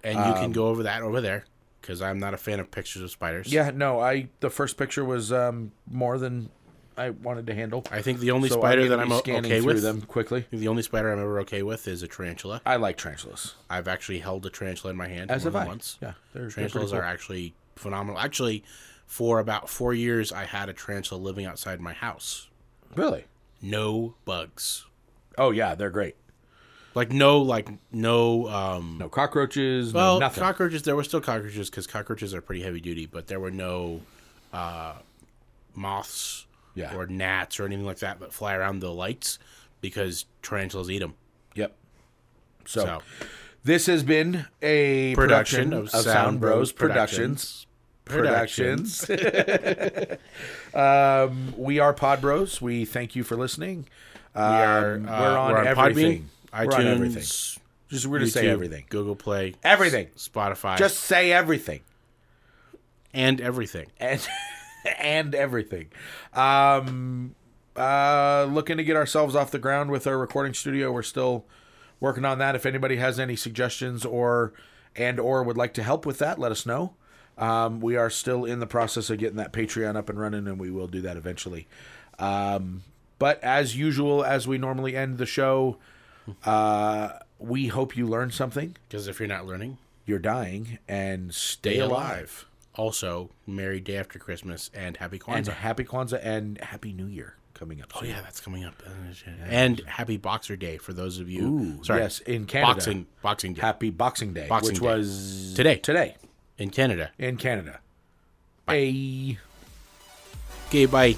Speaker 2: and you
Speaker 1: um,
Speaker 2: can go over that over there because I'm not a fan of pictures of spiders.
Speaker 1: Yeah, no, I the first picture was um, more than I wanted to handle.
Speaker 2: I think the only
Speaker 1: So
Speaker 2: spider
Speaker 1: gonna
Speaker 2: that I'm
Speaker 1: be
Speaker 2: o-
Speaker 1: scanning
Speaker 2: okay
Speaker 1: through
Speaker 2: with.
Speaker 1: them quickly.
Speaker 2: The only spider I'm ever okay with is a tarantula.
Speaker 1: I like tarantulas.
Speaker 2: I've actually held a tarantula in my hand
Speaker 1: As
Speaker 2: more
Speaker 1: have
Speaker 2: than
Speaker 1: I.
Speaker 2: once.
Speaker 1: Yeah, they're, they're pretty
Speaker 2: Tarantulas
Speaker 1: cool.
Speaker 2: are actually phenomenal. Actually, for about four years, I had a tarantula living outside my house.
Speaker 1: really.
Speaker 2: No bugs.
Speaker 1: Oh yeah, they're great.
Speaker 2: Like no, like no. Um,
Speaker 1: No cockroaches.
Speaker 2: well,
Speaker 1: no nothing.
Speaker 2: cockroaches. There were still cockroaches because cockroaches are pretty heavy duty, but there were no uh, moths
Speaker 1: Yeah.
Speaker 2: or gnats or anything like that that fly around the lights because tarantulas eat them.
Speaker 1: yep. So,
Speaker 2: So
Speaker 1: this has been a production, of, Sound, Bros Productions. Productions. um, we are Pod Bros. We thank you for listening.
Speaker 2: We are,
Speaker 1: Um,
Speaker 2: uh,
Speaker 1: we're on everything.
Speaker 2: Podbean,
Speaker 1: We're
Speaker 2: iTunes,
Speaker 1: on everything. Just we're gonna
Speaker 2: YouTube,
Speaker 1: say everything.
Speaker 2: Google Play,
Speaker 1: Everything.
Speaker 2: S- Spotify,
Speaker 1: Just say everything.
Speaker 2: and everything.
Speaker 1: and and everything. Um, uh, looking to get ourselves off the ground with our recording studio. We're still working on that. If anybody has any suggestions or and or would like to help with that, let us know. Um, we are still in the process of getting that Patreon up and running, and we will do that eventually. Um, but as usual, as we normally end the show, uh, we hope you learned something.
Speaker 2: Because if you're not learning,
Speaker 1: You're dying, and stay,
Speaker 2: Stay alive.
Speaker 1: alive.
Speaker 2: also Merry Day After Christmas and Happy
Speaker 1: And
Speaker 2: Kwanzaa.
Speaker 1: happy Kwanzaa and happy New Year coming up. Oh,
Speaker 2: oh yeah, that's coming up. And Happy Boxer Day for those of you.
Speaker 1: Ooh,
Speaker 2: sorry,
Speaker 1: yes, in Canada.
Speaker 2: Boxing Boxing Day
Speaker 1: Happy Boxing Day,
Speaker 2: Boxing
Speaker 1: which
Speaker 2: Day.
Speaker 1: was
Speaker 2: Today.
Speaker 1: Today
Speaker 2: in Canada.
Speaker 1: in Canada. Bye.
Speaker 2: Okay, bye.